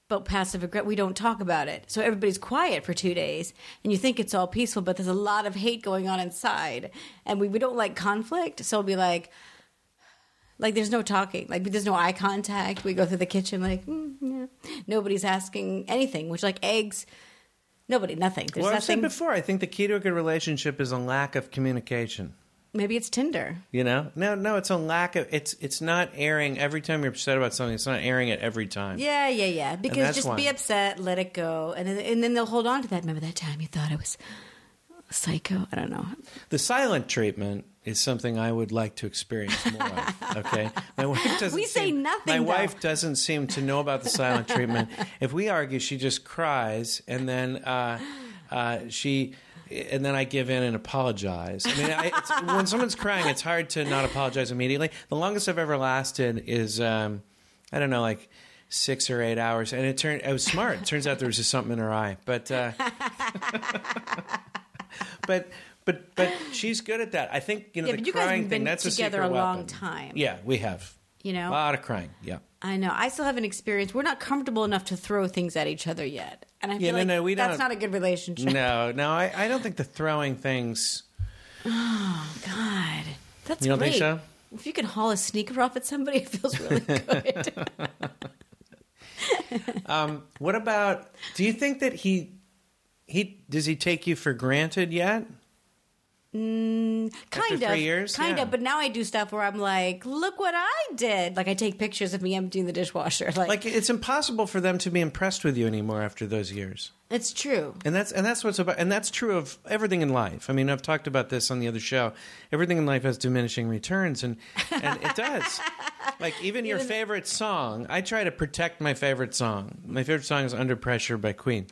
Speaker 4: but passive regret. We don't talk about it, so everybody's quiet for two days, and you think it's all peaceful, but there's a lot of hate going on inside, and we, we don't like conflict, so we'll be like. Like there's no talking, like there's no eye contact. We go through the kitchen, like mm, yeah. nobody's asking anything. Which like eggs, nobody, nothing. There's
Speaker 3: well, I've said
Speaker 4: nothing.
Speaker 3: before, I think the key to a good relationship is a lack of communication.
Speaker 4: Maybe it's Tinder.
Speaker 3: You know, no, no, it's a lack of it's it's not airing every time you're upset about something. It's not airing it every time.
Speaker 4: Yeah, yeah, yeah. Because
Speaker 3: that's
Speaker 4: just
Speaker 3: why.
Speaker 4: be upset, let it go, and then and then they'll hold on to that. Remember that time you thought I was psycho? I don't know.
Speaker 3: The silent treatment is something I would like to experience more of. Okay, my wife doesn't.
Speaker 4: We say
Speaker 3: seem-
Speaker 4: nothing,
Speaker 3: My
Speaker 4: though.
Speaker 3: wife doesn't seem to know about the silent treatment. If we argue, she just cries, and then uh, uh, she and then I give in and apologize. I mean, I, it's, when someone's crying, it's hard to not apologize immediately. The longest I've ever lasted is, um, I don't know, like six or eight hours. And it turned, I was smart. It turns out there was just something in her eye. But, uh, but, but, but she's good at that. I think, you know,
Speaker 4: Yeah,
Speaker 3: the
Speaker 4: but you guys have
Speaker 3: crying thing,
Speaker 4: been
Speaker 3: that's
Speaker 4: together
Speaker 3: a, secret
Speaker 4: a long
Speaker 3: weapon.
Speaker 4: time.
Speaker 3: Yeah, we have.
Speaker 4: You
Speaker 3: A
Speaker 4: know?
Speaker 3: lot of crying. Yeah.
Speaker 4: I know. I still haven't experienced. We're not comfortable enough to throw things at each other yet, and I feel
Speaker 3: Yeah, no,
Speaker 4: like
Speaker 3: no, we
Speaker 4: that's
Speaker 3: don't-
Speaker 4: not a good relationship.
Speaker 3: No, no, I, I don't think the throwing things.
Speaker 4: God, that's
Speaker 3: You don't
Speaker 4: great.
Speaker 3: think so?
Speaker 4: If you can haul a sneaker off at somebody, it feels really good.
Speaker 3: What about? Do you think that he he does he take you for granted yet?
Speaker 4: kind
Speaker 3: After
Speaker 4: of,
Speaker 3: three years?
Speaker 4: kind
Speaker 3: Yeah.
Speaker 4: of. But now I do stuff where I'm like, look what I did. Like I take pictures of me emptying the dishwasher. Like,
Speaker 3: Like it's impossible for them to be impressed with you anymore after those years.
Speaker 4: it's true.
Speaker 3: And that's and that's what's about and that's true of everything in life. I mean, I've talked about this on the other show. Everything in life has diminishing returns and and it does. Like even your favorite song, I try to protect my favorite song. My favorite song is Under Pressure by Queen.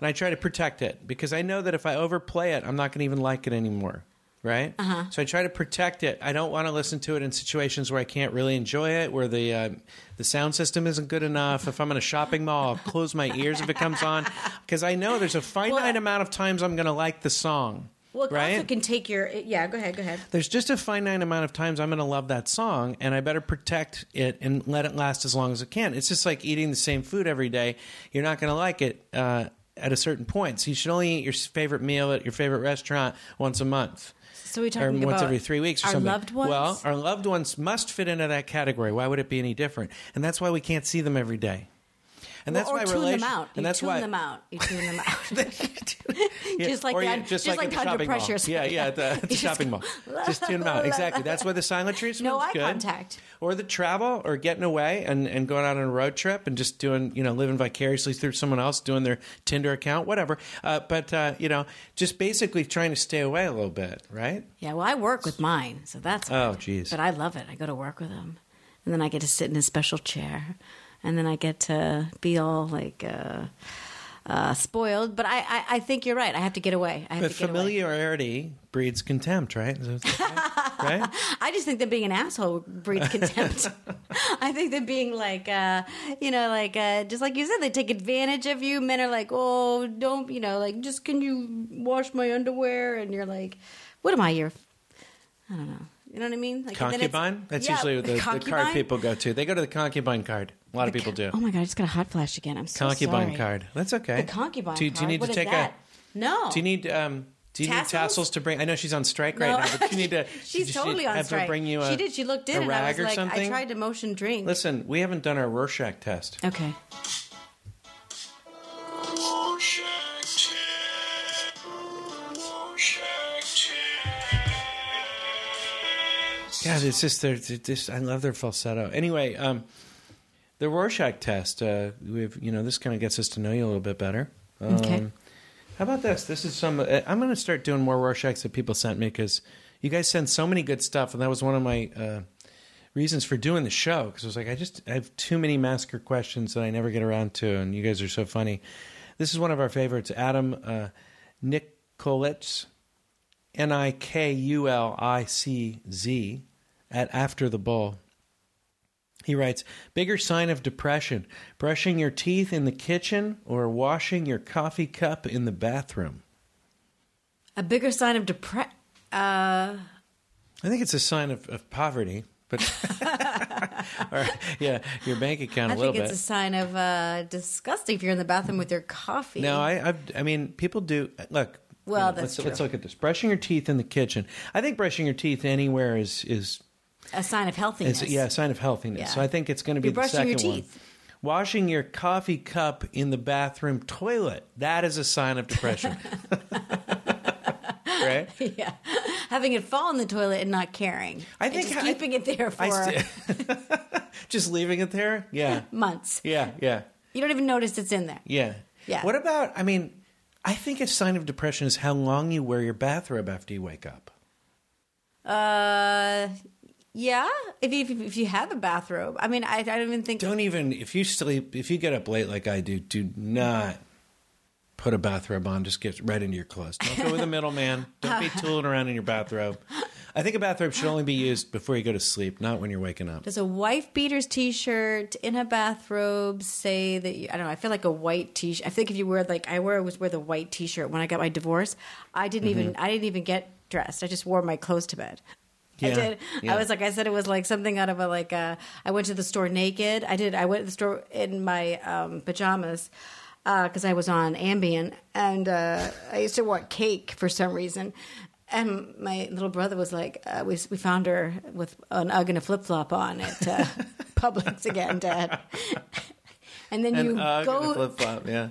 Speaker 3: And I try to protect it because I know that if I overplay it, I'm not going to even like it anymore. Right?
Speaker 4: Uh-huh.
Speaker 3: So I try to protect it. I don't want to listen to it in situations where I can't really enjoy it, where the uh, the sound system isn't good enough. If I'm in a shopping mall, I'll close my ears if it comes on because I know there's a finite amount of times I'm going to like the song.
Speaker 4: Well, it
Speaker 3: right?
Speaker 4: also can take your. Yeah, go ahead, go ahead.
Speaker 3: there's just a finite amount of times I'm going to love that song, and I better protect it and let it last as long as it can. It's just like eating the same food every day; you're not going to like it uh, at a certain point. So you should only eat your favorite meal at your favorite restaurant once a month.
Speaker 4: So we
Speaker 3: Or
Speaker 4: talking
Speaker 3: once
Speaker 4: about
Speaker 3: every three weeks, or
Speaker 4: our
Speaker 3: something.
Speaker 4: loved ones.
Speaker 3: Well, our loved ones must fit into that category. Why would it be any different? And that's why we can't see them every day. And that's
Speaker 4: or
Speaker 3: why
Speaker 4: tune
Speaker 3: relation-
Speaker 4: them out.
Speaker 3: And
Speaker 4: you
Speaker 3: that's
Speaker 4: tune
Speaker 3: why
Speaker 4: them out. You tune them out.
Speaker 3: Yeah,
Speaker 4: Just like
Speaker 3: or
Speaker 4: that-
Speaker 3: you-
Speaker 4: just like
Speaker 3: at
Speaker 4: the
Speaker 3: shopping
Speaker 4: under
Speaker 3: mall.
Speaker 4: pressure.
Speaker 3: Yeah, yeah, at the, at the
Speaker 4: You just
Speaker 3: shopping
Speaker 4: go,
Speaker 3: mall. Just tune them out. Exactly. That's why the silent treatment
Speaker 4: No
Speaker 3: is
Speaker 4: eye
Speaker 3: good.
Speaker 4: contact.
Speaker 3: Or the travel or getting away and, and going out on a road trip and just doing, you know, living vicariously through someone else, doing their Tinder account, whatever. Uh, but, uh, you know, just basically trying to stay away a little bit, right?
Speaker 4: yeah, well, I work with mine, so that's
Speaker 3: Oh,
Speaker 4: good.
Speaker 3: geez.
Speaker 4: But I love it. I go to work with him, and then I get to sit in his special chair, and then I get to be all like uh, uh, spoiled. But I, I, I think you're right. I have to get away. I have
Speaker 3: But
Speaker 4: to get away.
Speaker 3: familiarity breeds contempt, right? Is that what they say? right?
Speaker 4: I just think that being an asshole breeds contempt. I think that being like, uh, you know, like uh, just like you said, they take advantage of you. Men are like, oh, don't, you know, like just can you wash my underwear? And you're like, what am I? Your, I don't know. You know what I mean? Like, and then it's-
Speaker 3: Concubine? That's
Speaker 4: Yeah,
Speaker 3: usually the, the card
Speaker 4: concubine.
Speaker 3: people go to. They go to the concubine card. A lot of people do.
Speaker 4: Oh my god, I just got a hot flash again. I'm so
Speaker 3: concubine
Speaker 4: sorry.
Speaker 3: card. That's okay.
Speaker 4: The concubine.
Speaker 3: Do, do you
Speaker 4: card?
Speaker 3: need
Speaker 4: What
Speaker 3: to
Speaker 4: is
Speaker 3: take
Speaker 4: that? No.
Speaker 3: a? Do you need um? Do you
Speaker 4: Tassels?
Speaker 3: need tassels to bring? I know she's on strike right
Speaker 4: No.
Speaker 3: now, but you need to.
Speaker 4: She's
Speaker 3: she- she-
Speaker 4: totally on
Speaker 3: have her
Speaker 4: strike.
Speaker 3: bring you a,
Speaker 4: she did. She looked in,
Speaker 3: a
Speaker 4: and I
Speaker 3: rag
Speaker 4: was
Speaker 3: or
Speaker 4: like,
Speaker 3: something.
Speaker 4: I tried to motion drink.
Speaker 3: Listen, we haven't done our Rorschach test.
Speaker 4: Okay.
Speaker 2: Rorschach test. Rorschach test.
Speaker 3: God, it's just their. it's Just, I love their falsetto. Anyway, um, the Rorschach test. Uh, we've you know this kind of gets us to know you a little bit better. Um,
Speaker 4: Okay.
Speaker 3: How about this? This is some. uh, I'm going to start doing more Rorschachs that people sent me because you guys send so many good stuff, and that was one of my uh, reasons for doing the show. Because I was like, I just I have too many massacre questions that I never get around to, and you guys are so funny. This is one of our favorites, Adam uh, Nikolitz, N I K U L I C Z, at After the Bull. He writes, bigger sign of depression, brushing your teeth in the kitchen or washing your coffee cup in the bathroom.
Speaker 4: A bigger sign of depression. Uh,
Speaker 3: I think it's a sign of, of poverty, but or, yeah, your bank account a
Speaker 4: I
Speaker 3: little
Speaker 4: think
Speaker 3: bit.
Speaker 4: it's a sign of uh, disgusting if you're in the bathroom with your coffee.
Speaker 3: No, I, I've, I mean, people do. Look.
Speaker 4: Well,
Speaker 3: you know,
Speaker 4: that's
Speaker 3: let's, let's
Speaker 4: true.
Speaker 3: look at this. Brushing your teeth in the kitchen. I think brushing your teeth anywhere is is,
Speaker 4: a sign of healthiness.
Speaker 3: is yeah, a sign of healthiness.
Speaker 4: Yeah.
Speaker 3: So I think it's going to be
Speaker 4: You're
Speaker 3: the
Speaker 4: brushing
Speaker 3: second
Speaker 4: your
Speaker 3: one.
Speaker 4: teeth.
Speaker 3: Washing your coffee cup in the bathroom toilet. That is a sign of depression. right?
Speaker 4: Yeah. Having it fall in the toilet and not caring.
Speaker 3: I
Speaker 4: And
Speaker 3: think
Speaker 4: just
Speaker 3: I-
Speaker 4: keeping it there for
Speaker 3: I st- Just leaving it there? Yeah.
Speaker 4: months.
Speaker 3: Yeah, yeah.
Speaker 4: You don't even notice it's in there.
Speaker 3: Yeah.
Speaker 4: Yeah.
Speaker 3: What about I mean, I think a sign of depression is how long you wear your bathrobe after you wake up.
Speaker 4: Uh, yeah. If you, if you- if you have a bathrobe, I mean, I, I don't even think.
Speaker 3: Don't even if you sleep if you get up late like I do, do not put a bathrobe on, just get right into your clothes. Don't go with a middleman. Don't be tooling around in your bathrobe. I think a bathrobe should only be used before you go to sleep, not when you're waking up.
Speaker 4: Does a wife beater's T-shirt in a bathrobe say that you? I don't know. I feel like a white T-shirt. I think if you wear like I wear was wear the white T-shirt when I got my divorce. I didn't even I didn't even get dressed. I just wore my clothes to bed. I
Speaker 3: Yeah,
Speaker 4: did.
Speaker 3: yeah.
Speaker 4: I was like I said, it was like something out of a like. Uh, I went to the store naked. I did. I went to the store in my um, pajamas because I was on Ambien, and uh, I used to want cake for some reason. And my little brother was like, uh, we we found her with an UGG and a flip flop on at uh, Publix again, Dad. and then you
Speaker 3: And uh,
Speaker 4: go, and,
Speaker 3: flip flop. Yeah,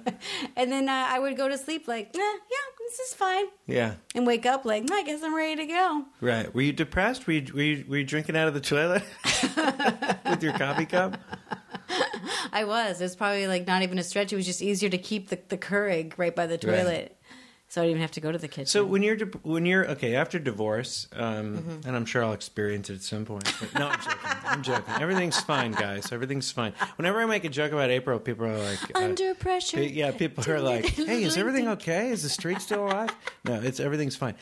Speaker 4: then uh, I would go to sleep like, nah, yeah, this is fine,
Speaker 3: yeah.
Speaker 4: and wake up like, I guess I'm ready to go.
Speaker 3: Right. Were you depressed? Were you were you, were you drinking out of the toilet with your coffee cup?
Speaker 4: I was. It was probably like not even a stretch. It was just easier to keep the, the Keurig right by the
Speaker 3: Right.
Speaker 4: toilet. So I didn't even have to go to the kitchen.
Speaker 3: So when you're di- when you're okay after divorce, um,
Speaker 4: Mm-hmm.
Speaker 3: and I'm sure I'll experience it at some point. But no, I'm joking. I'm joking. Everything's fine, guys. Everything's fine. Whenever I make a joke about April, people are like, uh,
Speaker 4: Under pressure.
Speaker 3: pe- yeah, people are like, "Hey, is everything okay? Is the street still alive?" No, it's everything's fine.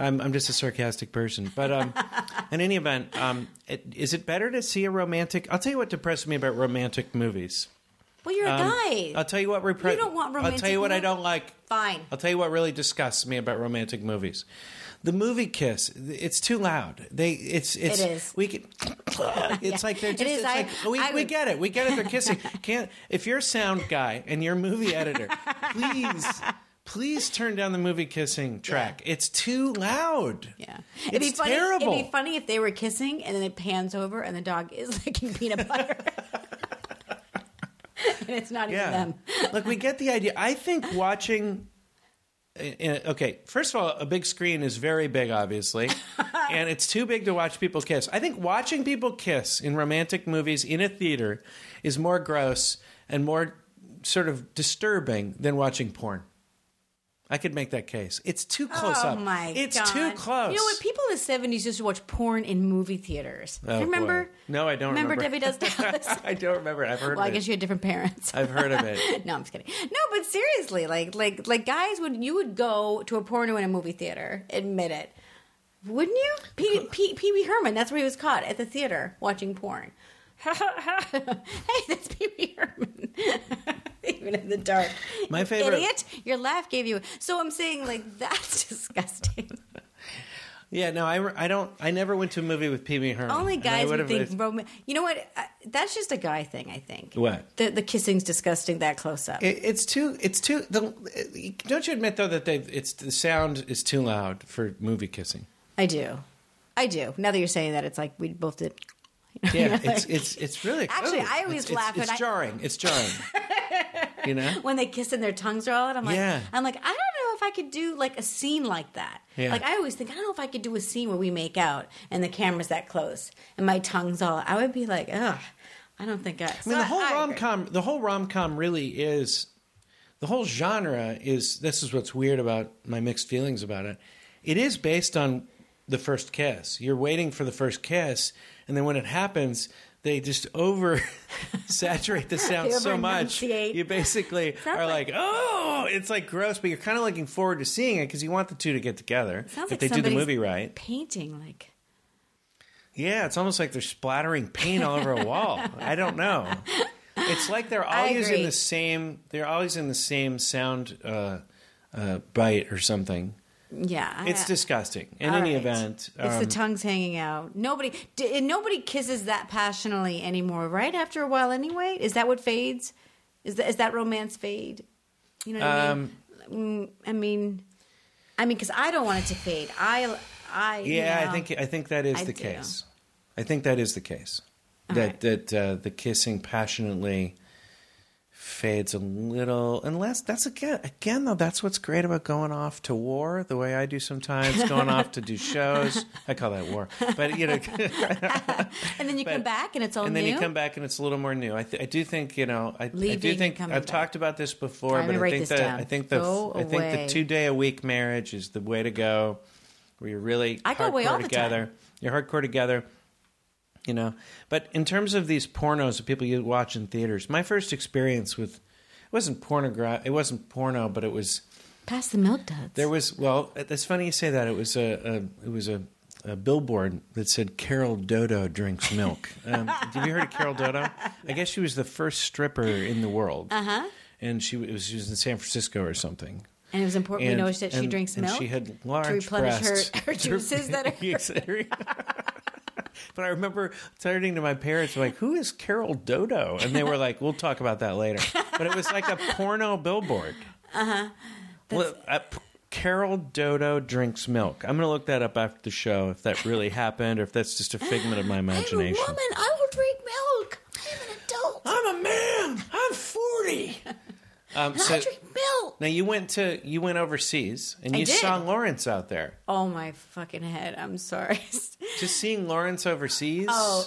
Speaker 3: I'm I'm just a sarcastic person, but um, in any event, um, it, is it better to see a romantic? I'll tell you what depresses me about romantic movies.
Speaker 4: Well, you're
Speaker 3: Um,
Speaker 4: a guy.
Speaker 3: I'll tell you what. Repre-
Speaker 4: You don't want
Speaker 3: I'll
Speaker 4: romantic
Speaker 3: tell you what I
Speaker 4: movie-
Speaker 3: don't like.
Speaker 4: Fine.
Speaker 3: I'll tell you what really disgusts me about romantic movies. The movie kiss, it's too loud. They, it's, it's,
Speaker 4: It is.
Speaker 3: we can, it's like they're
Speaker 4: It
Speaker 3: just,
Speaker 4: is.
Speaker 3: it's
Speaker 4: I-
Speaker 3: like, we,
Speaker 4: I
Speaker 3: we
Speaker 4: would-
Speaker 3: get it, we get it. They're kissing. Can't if you're a sound guy and you're a movie editor, please, please turn down the movie kissing track. It's too loud.
Speaker 4: Yeah.
Speaker 3: It's
Speaker 4: funny,
Speaker 3: terrible.
Speaker 4: It'd be funny if they were kissing and then it pans over and the dog is licking peanut butter. and it's not even
Speaker 3: Yeah.
Speaker 4: them.
Speaker 3: Look, we get the idea. I think watching. eh, eh, Okay, first of all, a big screen is very big, obviously, and it's too big to watch people kiss. I think watching people kiss in romantic movies in a theater is more gross and more sort of disturbing than watching porn. I could make that case. It's too close
Speaker 4: oh
Speaker 3: up.
Speaker 4: my
Speaker 3: it's
Speaker 4: God.
Speaker 3: too close.
Speaker 4: You know what? People in the 70s used to watch porn in movie theaters. Do
Speaker 3: Oh,
Speaker 4: you remember?
Speaker 3: boy. No, I don't remember.
Speaker 4: Debbie Does Dallas?
Speaker 3: I don't remember. I've heard
Speaker 4: well, I
Speaker 3: of it.
Speaker 4: guess you had different parents.
Speaker 3: I've heard of it.
Speaker 4: no, I'm just kidding. No, but seriously, like like like guys would you would go to a porno in a movie theater? Admit it, wouldn't you? Pee Pee Pee Wee Herman. That's where he was caught at the theater watching porn. hey, that's Pee Wee Herman. Even in the dark,
Speaker 3: My
Speaker 4: You
Speaker 3: favorite-
Speaker 4: idiot. Your laugh gave you. So I'm saying like that's disgusting.
Speaker 3: Yeah, no, I, I don't. I never went to a movie with Pee Wee Herman.
Speaker 4: Only
Speaker 3: And I
Speaker 4: guys would
Speaker 3: would've-
Speaker 4: think rom- You know what? Uh, That's just a guy thing. I think.
Speaker 3: What?
Speaker 4: the the kissing's disgusting that close up.
Speaker 3: It, it's too. It's too. The, don't you admit though that they? It's the sound is too loud for movie kissing.
Speaker 4: I do. I do. Now that you're saying that, it's like we both did.
Speaker 3: Yeah, it's it's it's really.
Speaker 4: Actually,
Speaker 3: oh,
Speaker 4: I always
Speaker 3: it's, it's-
Speaker 4: laugh
Speaker 3: It's,
Speaker 4: when I-
Speaker 3: jarring. It's jarring. you know.
Speaker 4: When they kiss and their tongues are all out, I'm like,
Speaker 3: Yeah.
Speaker 4: I'm like, I don't know if I could do like a scene like that.
Speaker 3: Yeah.
Speaker 4: Like I always think, I don't know if I could do a scene where we make out and the camera's that close and my tongue's all. I would be like, ugh, I don't think I.
Speaker 3: I mean, the whole rom com. The whole rom com really is. The whole genre is. This is what's weird about my mixed feelings about it. It is based on the first kiss. You're waiting for the first kiss, and then when it happens, they just over saturate the sound
Speaker 4: They
Speaker 3: so much.
Speaker 4: over-enunciate.
Speaker 3: You basically
Speaker 4: Sounds
Speaker 3: are
Speaker 4: like-
Speaker 3: like, oh, it's like gross, but you're kind of looking forward to seeing it because you want the two to get together.
Speaker 4: Sounds like
Speaker 3: If they do the
Speaker 4: somebody's
Speaker 3: movie right,
Speaker 4: Painting like
Speaker 3: yeah, it's almost like they're splattering paint all over a wall. I don't know. It's like they're
Speaker 4: I
Speaker 3: always in
Speaker 4: agree.
Speaker 3: the same. They're always in the same sound uh, uh, bite or something.
Speaker 4: yeah. I-
Speaker 3: It's disgusting. In
Speaker 4: all
Speaker 3: any
Speaker 4: right.
Speaker 3: event,
Speaker 4: it's
Speaker 3: um,
Speaker 4: the tongues hanging out. Nobody, d- and nobody kisses that passionately anymore. Right after a while, anyway. Is that what fades? Is that is that romance fade? You know what
Speaker 3: Um,
Speaker 4: I mean? Mm, I mean, I mean, because I don't want it to fade. I, I, you
Speaker 3: yeah,
Speaker 4: know.
Speaker 3: I think I think that is
Speaker 4: I
Speaker 3: the
Speaker 4: do.
Speaker 3: case. I think that is the case. that
Speaker 4: right.
Speaker 3: that uh, the kissing passionately fades a little unless that's again again though that's what's great about going off to war the way I do sometimes going off to do shows I call that war but you know
Speaker 4: And then you
Speaker 3: but-
Speaker 4: come back, and it's all
Speaker 3: and then
Speaker 4: new.
Speaker 3: you come back and it's a little more new. I, th- I do think you know. I, I
Speaker 4: Leaving
Speaker 3: do
Speaker 4: and
Speaker 3: think
Speaker 4: coming
Speaker 3: I've
Speaker 4: back.
Speaker 3: talked about this before,
Speaker 4: I'm
Speaker 3: but
Speaker 4: gonna
Speaker 3: I
Speaker 4: write
Speaker 3: think
Speaker 4: this
Speaker 3: that
Speaker 4: down.
Speaker 3: I think the
Speaker 4: Go
Speaker 3: I think the
Speaker 4: away.
Speaker 3: two day a week marriage is the way to go. Where you're really
Speaker 4: I go away
Speaker 3: hardcore
Speaker 4: all the
Speaker 3: together.
Speaker 4: time.
Speaker 3: You're hardcore together. You know, but in terms of these pornos that people you watch in theaters, my first experience with wasn't pornograph. It wasn't porno, but it was
Speaker 4: Pass the milk duds.
Speaker 3: there was. Well, it's funny you say that. It was a, a it was a, a billboard that said Carol Dodo drinks milk. um, have you heard of Carol Dodo? I guess she was the first stripper in the world. Uh huh. And she was she was in San Francisco or something.
Speaker 4: and it was important
Speaker 3: And-
Speaker 4: we noticed that she
Speaker 3: and-
Speaker 4: drinks
Speaker 3: and
Speaker 4: milk.
Speaker 3: She had large
Speaker 4: to replenish her-
Speaker 3: breasts.
Speaker 4: her juices that are-
Speaker 3: Yes, there you- But I remember turning to my parents, like, "Who is Carol Dodo?" And they were like, "We'll talk about that later." But it was like a porno billboard. Uh-huh. Well, uh, p- Carol Dodo drinks milk. I'm going to look that up after the show if that really happened or if that's just a figment of my
Speaker 4: I'm a woman.
Speaker 3: imagination.
Speaker 4: I will drink milk. I'm an adult.
Speaker 3: I'm a man. I'm forty. Um,
Speaker 4: I
Speaker 3: so
Speaker 4: drink milk.
Speaker 3: now you went to you went overseas and
Speaker 4: I
Speaker 3: you
Speaker 4: did.
Speaker 3: saw Lawrence out there.
Speaker 4: Oh my fucking head. I'm sorry.
Speaker 3: Just seeing Lawrence overseas.
Speaker 4: oh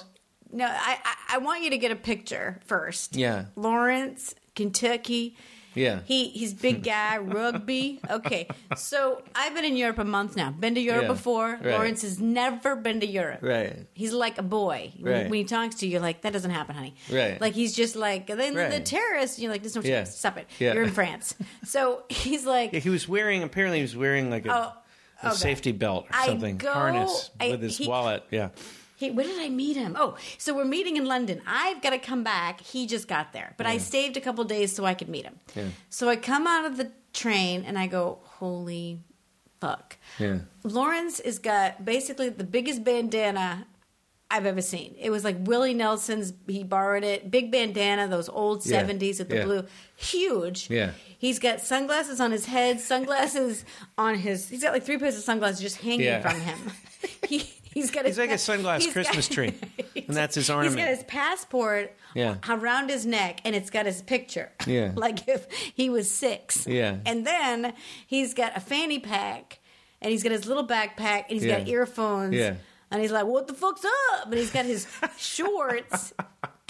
Speaker 4: no, I, I I want you to get a picture first.
Speaker 3: Yeah.
Speaker 4: Lawrence, Kentucky.
Speaker 3: Yeah.
Speaker 4: He he's big guy, rugby. Okay. So I've been in Europe a month now. Been to Europe
Speaker 3: Yeah.
Speaker 4: before.
Speaker 3: Right.
Speaker 4: Lawrence has never been to Europe.
Speaker 3: Right.
Speaker 4: He's like a boy. When-
Speaker 3: Right.
Speaker 4: When he talks to you, you're like, that doesn't happen, honey.
Speaker 3: Right.
Speaker 4: Like he's just like the, the- the
Speaker 3: Right.
Speaker 4: terrorist. You're like, there's no
Speaker 3: Yeah.
Speaker 4: terrorist. Stop it.
Speaker 3: Yeah.
Speaker 4: You're in France. So he's like,
Speaker 3: Yeah, he was wearing. Apparently, he was wearing like a,
Speaker 4: Oh,
Speaker 3: a
Speaker 4: okay.
Speaker 3: safety belt or
Speaker 4: I
Speaker 3: something,
Speaker 4: go-
Speaker 3: harness
Speaker 4: I-
Speaker 3: with his
Speaker 4: he-
Speaker 3: wallet. Yeah,
Speaker 4: Hey, where did I meet him? Oh, so we're meeting in London. I've got to come back. He just got there, but I saved a couple days so I could meet him.
Speaker 3: Yeah.
Speaker 4: So I come out of the train and I go, holy fuck.
Speaker 3: yeah.
Speaker 4: Lawrence has got basically the biggest bandana I've ever seen. It was like Willie Nelson's. He borrowed it. Big bandana, those old
Speaker 3: Yeah,
Speaker 4: seventies with the
Speaker 3: yeah.
Speaker 4: blue, huge.
Speaker 3: Yeah.
Speaker 4: He's got sunglasses on his head, sunglasses on his. He's got like three pairs of sunglasses just hanging
Speaker 3: Yeah.
Speaker 4: from him. He, he's got.
Speaker 3: He's like a sunglass
Speaker 4: he's got-
Speaker 3: Christmas tree, and that's his ornament.
Speaker 4: He's got his passport
Speaker 3: Yeah.
Speaker 4: around his neck, and it's got his picture.
Speaker 3: Yeah.
Speaker 4: like if he was six.
Speaker 3: Yeah.
Speaker 4: And then he's got a fanny pack, and he's got his little backpack, and he's got
Speaker 3: Yeah.
Speaker 4: earphones.
Speaker 3: Yeah.
Speaker 4: And he's like, "What the fuck's up?" And he's got his shorts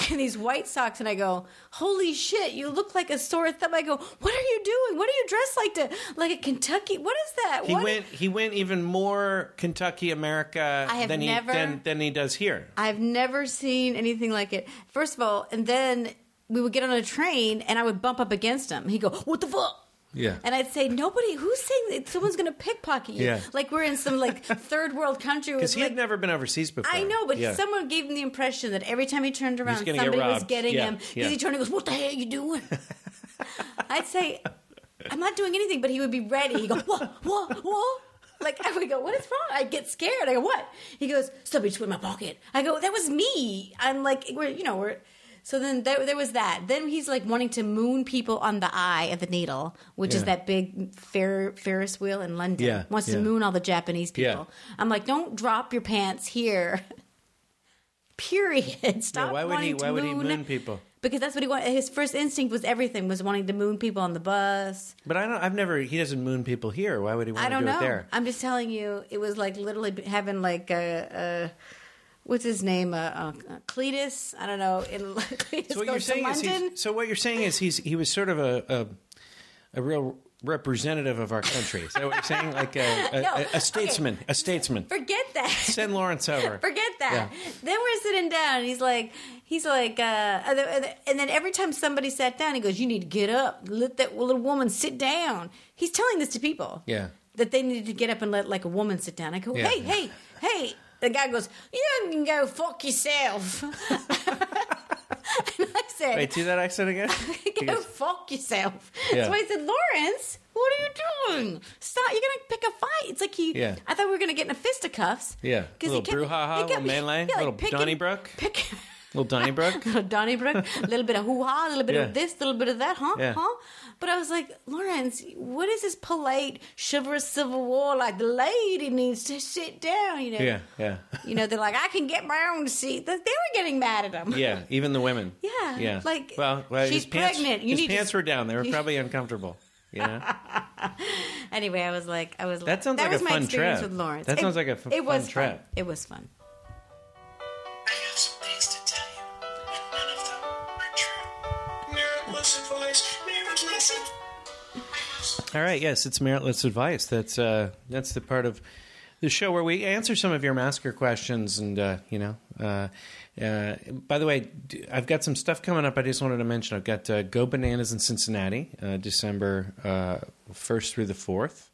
Speaker 4: and these white socks. And I go, "Holy shit! You look like a sore thumb." I go, "What are you doing? What are you dressed like to like a Kentucky? What is that?"
Speaker 3: he
Speaker 4: What-
Speaker 3: went. He went even more Kentucky America
Speaker 4: I have
Speaker 3: than he
Speaker 4: never-
Speaker 3: than, than he does here.
Speaker 4: I've never seen anything like it. First of all, and then we would get on a train and I would bump up against him. He'd go, What the fuck?
Speaker 3: Yeah.
Speaker 4: And I'd say, Nobody, who's saying that someone's going to pickpocket you?
Speaker 3: Yeah.
Speaker 4: Like we're in some like third world country.
Speaker 3: Because
Speaker 4: with,
Speaker 3: he had
Speaker 4: like-
Speaker 3: never been overseas before.
Speaker 4: I know, but
Speaker 3: yeah.
Speaker 4: someone gave him the impression that every time he turned around,
Speaker 3: gonna get
Speaker 4: somebody was
Speaker 3: robbed.
Speaker 4: getting
Speaker 3: Yeah,
Speaker 4: him. Because
Speaker 3: yeah.
Speaker 4: he turned and goes, What the hell are you doing? I'd say, I'm not doing anything, but he would be ready. He'd go, What, what, what? Like, I would go, What is wrong? I get scared. I go, What? He goes, Somebody just went in my pocket. I go, That was me. I'm like, We're, you know, we're. So then there, there was that. Then he's like wanting to moon people on the eye of the needle, which is
Speaker 3: Yeah.
Speaker 4: that big fer- Ferris wheel in London.
Speaker 3: Yeah,
Speaker 4: Wants
Speaker 3: yeah.
Speaker 4: to moon all the Japanese
Speaker 3: Yeah.
Speaker 4: people. I'm like, don't drop your pants here. Period. Stop.
Speaker 3: Yeah, why would
Speaker 4: wanting
Speaker 3: he?
Speaker 4: to
Speaker 3: Why would he moon people?
Speaker 4: Because that's what he wanted. His first instinct was everything was wanting to moon people on the bus.
Speaker 3: But I don't. I've never. He doesn't moon people here. Why would he want
Speaker 4: I don't
Speaker 3: to do
Speaker 4: know.
Speaker 3: it there?
Speaker 4: I'm just telling you, it was like literally having like a. a What's his name? Uh, uh, Cletus. I don't know. In, Cletus
Speaker 3: So
Speaker 4: goes
Speaker 3: what you're saying
Speaker 4: to
Speaker 3: is
Speaker 4: London.
Speaker 3: he's, so what you're saying is he's he was sort of a a, a real representative of our country. Is that what you're saying? Like a, a,
Speaker 4: No,
Speaker 3: a,
Speaker 4: okay.
Speaker 3: a statesman, a statesman.
Speaker 4: Forget that.
Speaker 3: Send Lawrence over.
Speaker 4: Forget that.
Speaker 3: Yeah.
Speaker 4: Then we're sitting down, and he's like, he's like, uh, and then- and then every time somebody sat down, he goes, "You need to get up. Let that little woman sit down." He's telling this to people.
Speaker 3: Yeah.
Speaker 4: That they needed to get up and let like a woman sit down. I go,
Speaker 3: Yeah.
Speaker 4: "Hey, hey, hey!" The guy goes, "You can go fuck yourself." and I said,
Speaker 3: Wait, do that accent again? He
Speaker 4: Go
Speaker 3: goes,
Speaker 4: fuck yourself.
Speaker 3: Yeah.
Speaker 4: So I said, Lawrence, what are you doing? Stop! You're gonna pick a fight. It's like he.
Speaker 3: Yeah.
Speaker 4: I thought we were gonna get into fisticuffs.
Speaker 3: Yeah.
Speaker 4: Because he
Speaker 3: Little
Speaker 4: kept,
Speaker 3: brouhaha,
Speaker 4: he kept-
Speaker 3: little melee,
Speaker 4: yeah, like
Speaker 3: little
Speaker 4: picking-
Speaker 3: Donnybrook.
Speaker 4: Pick,
Speaker 3: Little Donnybrook.
Speaker 4: little Donnybrook. A little bit of hoo ha, a little bit
Speaker 3: Yeah.
Speaker 4: of this, a little bit of that, huh?
Speaker 3: Yeah.
Speaker 4: Huh? But I was like, Lawrence, what is this polite, chivalrous civil war? Like the lady needs to sit down. You know.
Speaker 3: Yeah, yeah,
Speaker 4: You know, they're like, I can get my own seat. They they were getting mad at him.
Speaker 3: yeah. Even the women.
Speaker 4: Yeah,
Speaker 3: yeah.
Speaker 4: like,
Speaker 3: well, well his
Speaker 4: she's
Speaker 3: pants,
Speaker 4: pregnant. You
Speaker 3: his
Speaker 4: need to-
Speaker 3: pants were down. They were probably uncomfortable. Yeah,
Speaker 4: Anyway, I was like, I was.
Speaker 3: That sounds like
Speaker 4: was
Speaker 3: a
Speaker 4: my
Speaker 3: fun
Speaker 4: experience
Speaker 3: trip.
Speaker 4: with Lawrence.
Speaker 3: That sounds like a f-
Speaker 4: It was
Speaker 3: fun
Speaker 4: Fun.
Speaker 3: trip.
Speaker 4: It was fun.
Speaker 2: I have some things to tell you, and none of them are true. Meritless advice, meritless advice.
Speaker 3: All right. Yes, it's meritless advice. That's uh, that's the part of the show where we answer some of your masker questions. And, uh, you know, uh, uh, by the way, d- I've got some stuff coming up I just wanted to mention. I've got uh, Go Bananas in Cincinnati, uh, December uh, 1st through the 4th.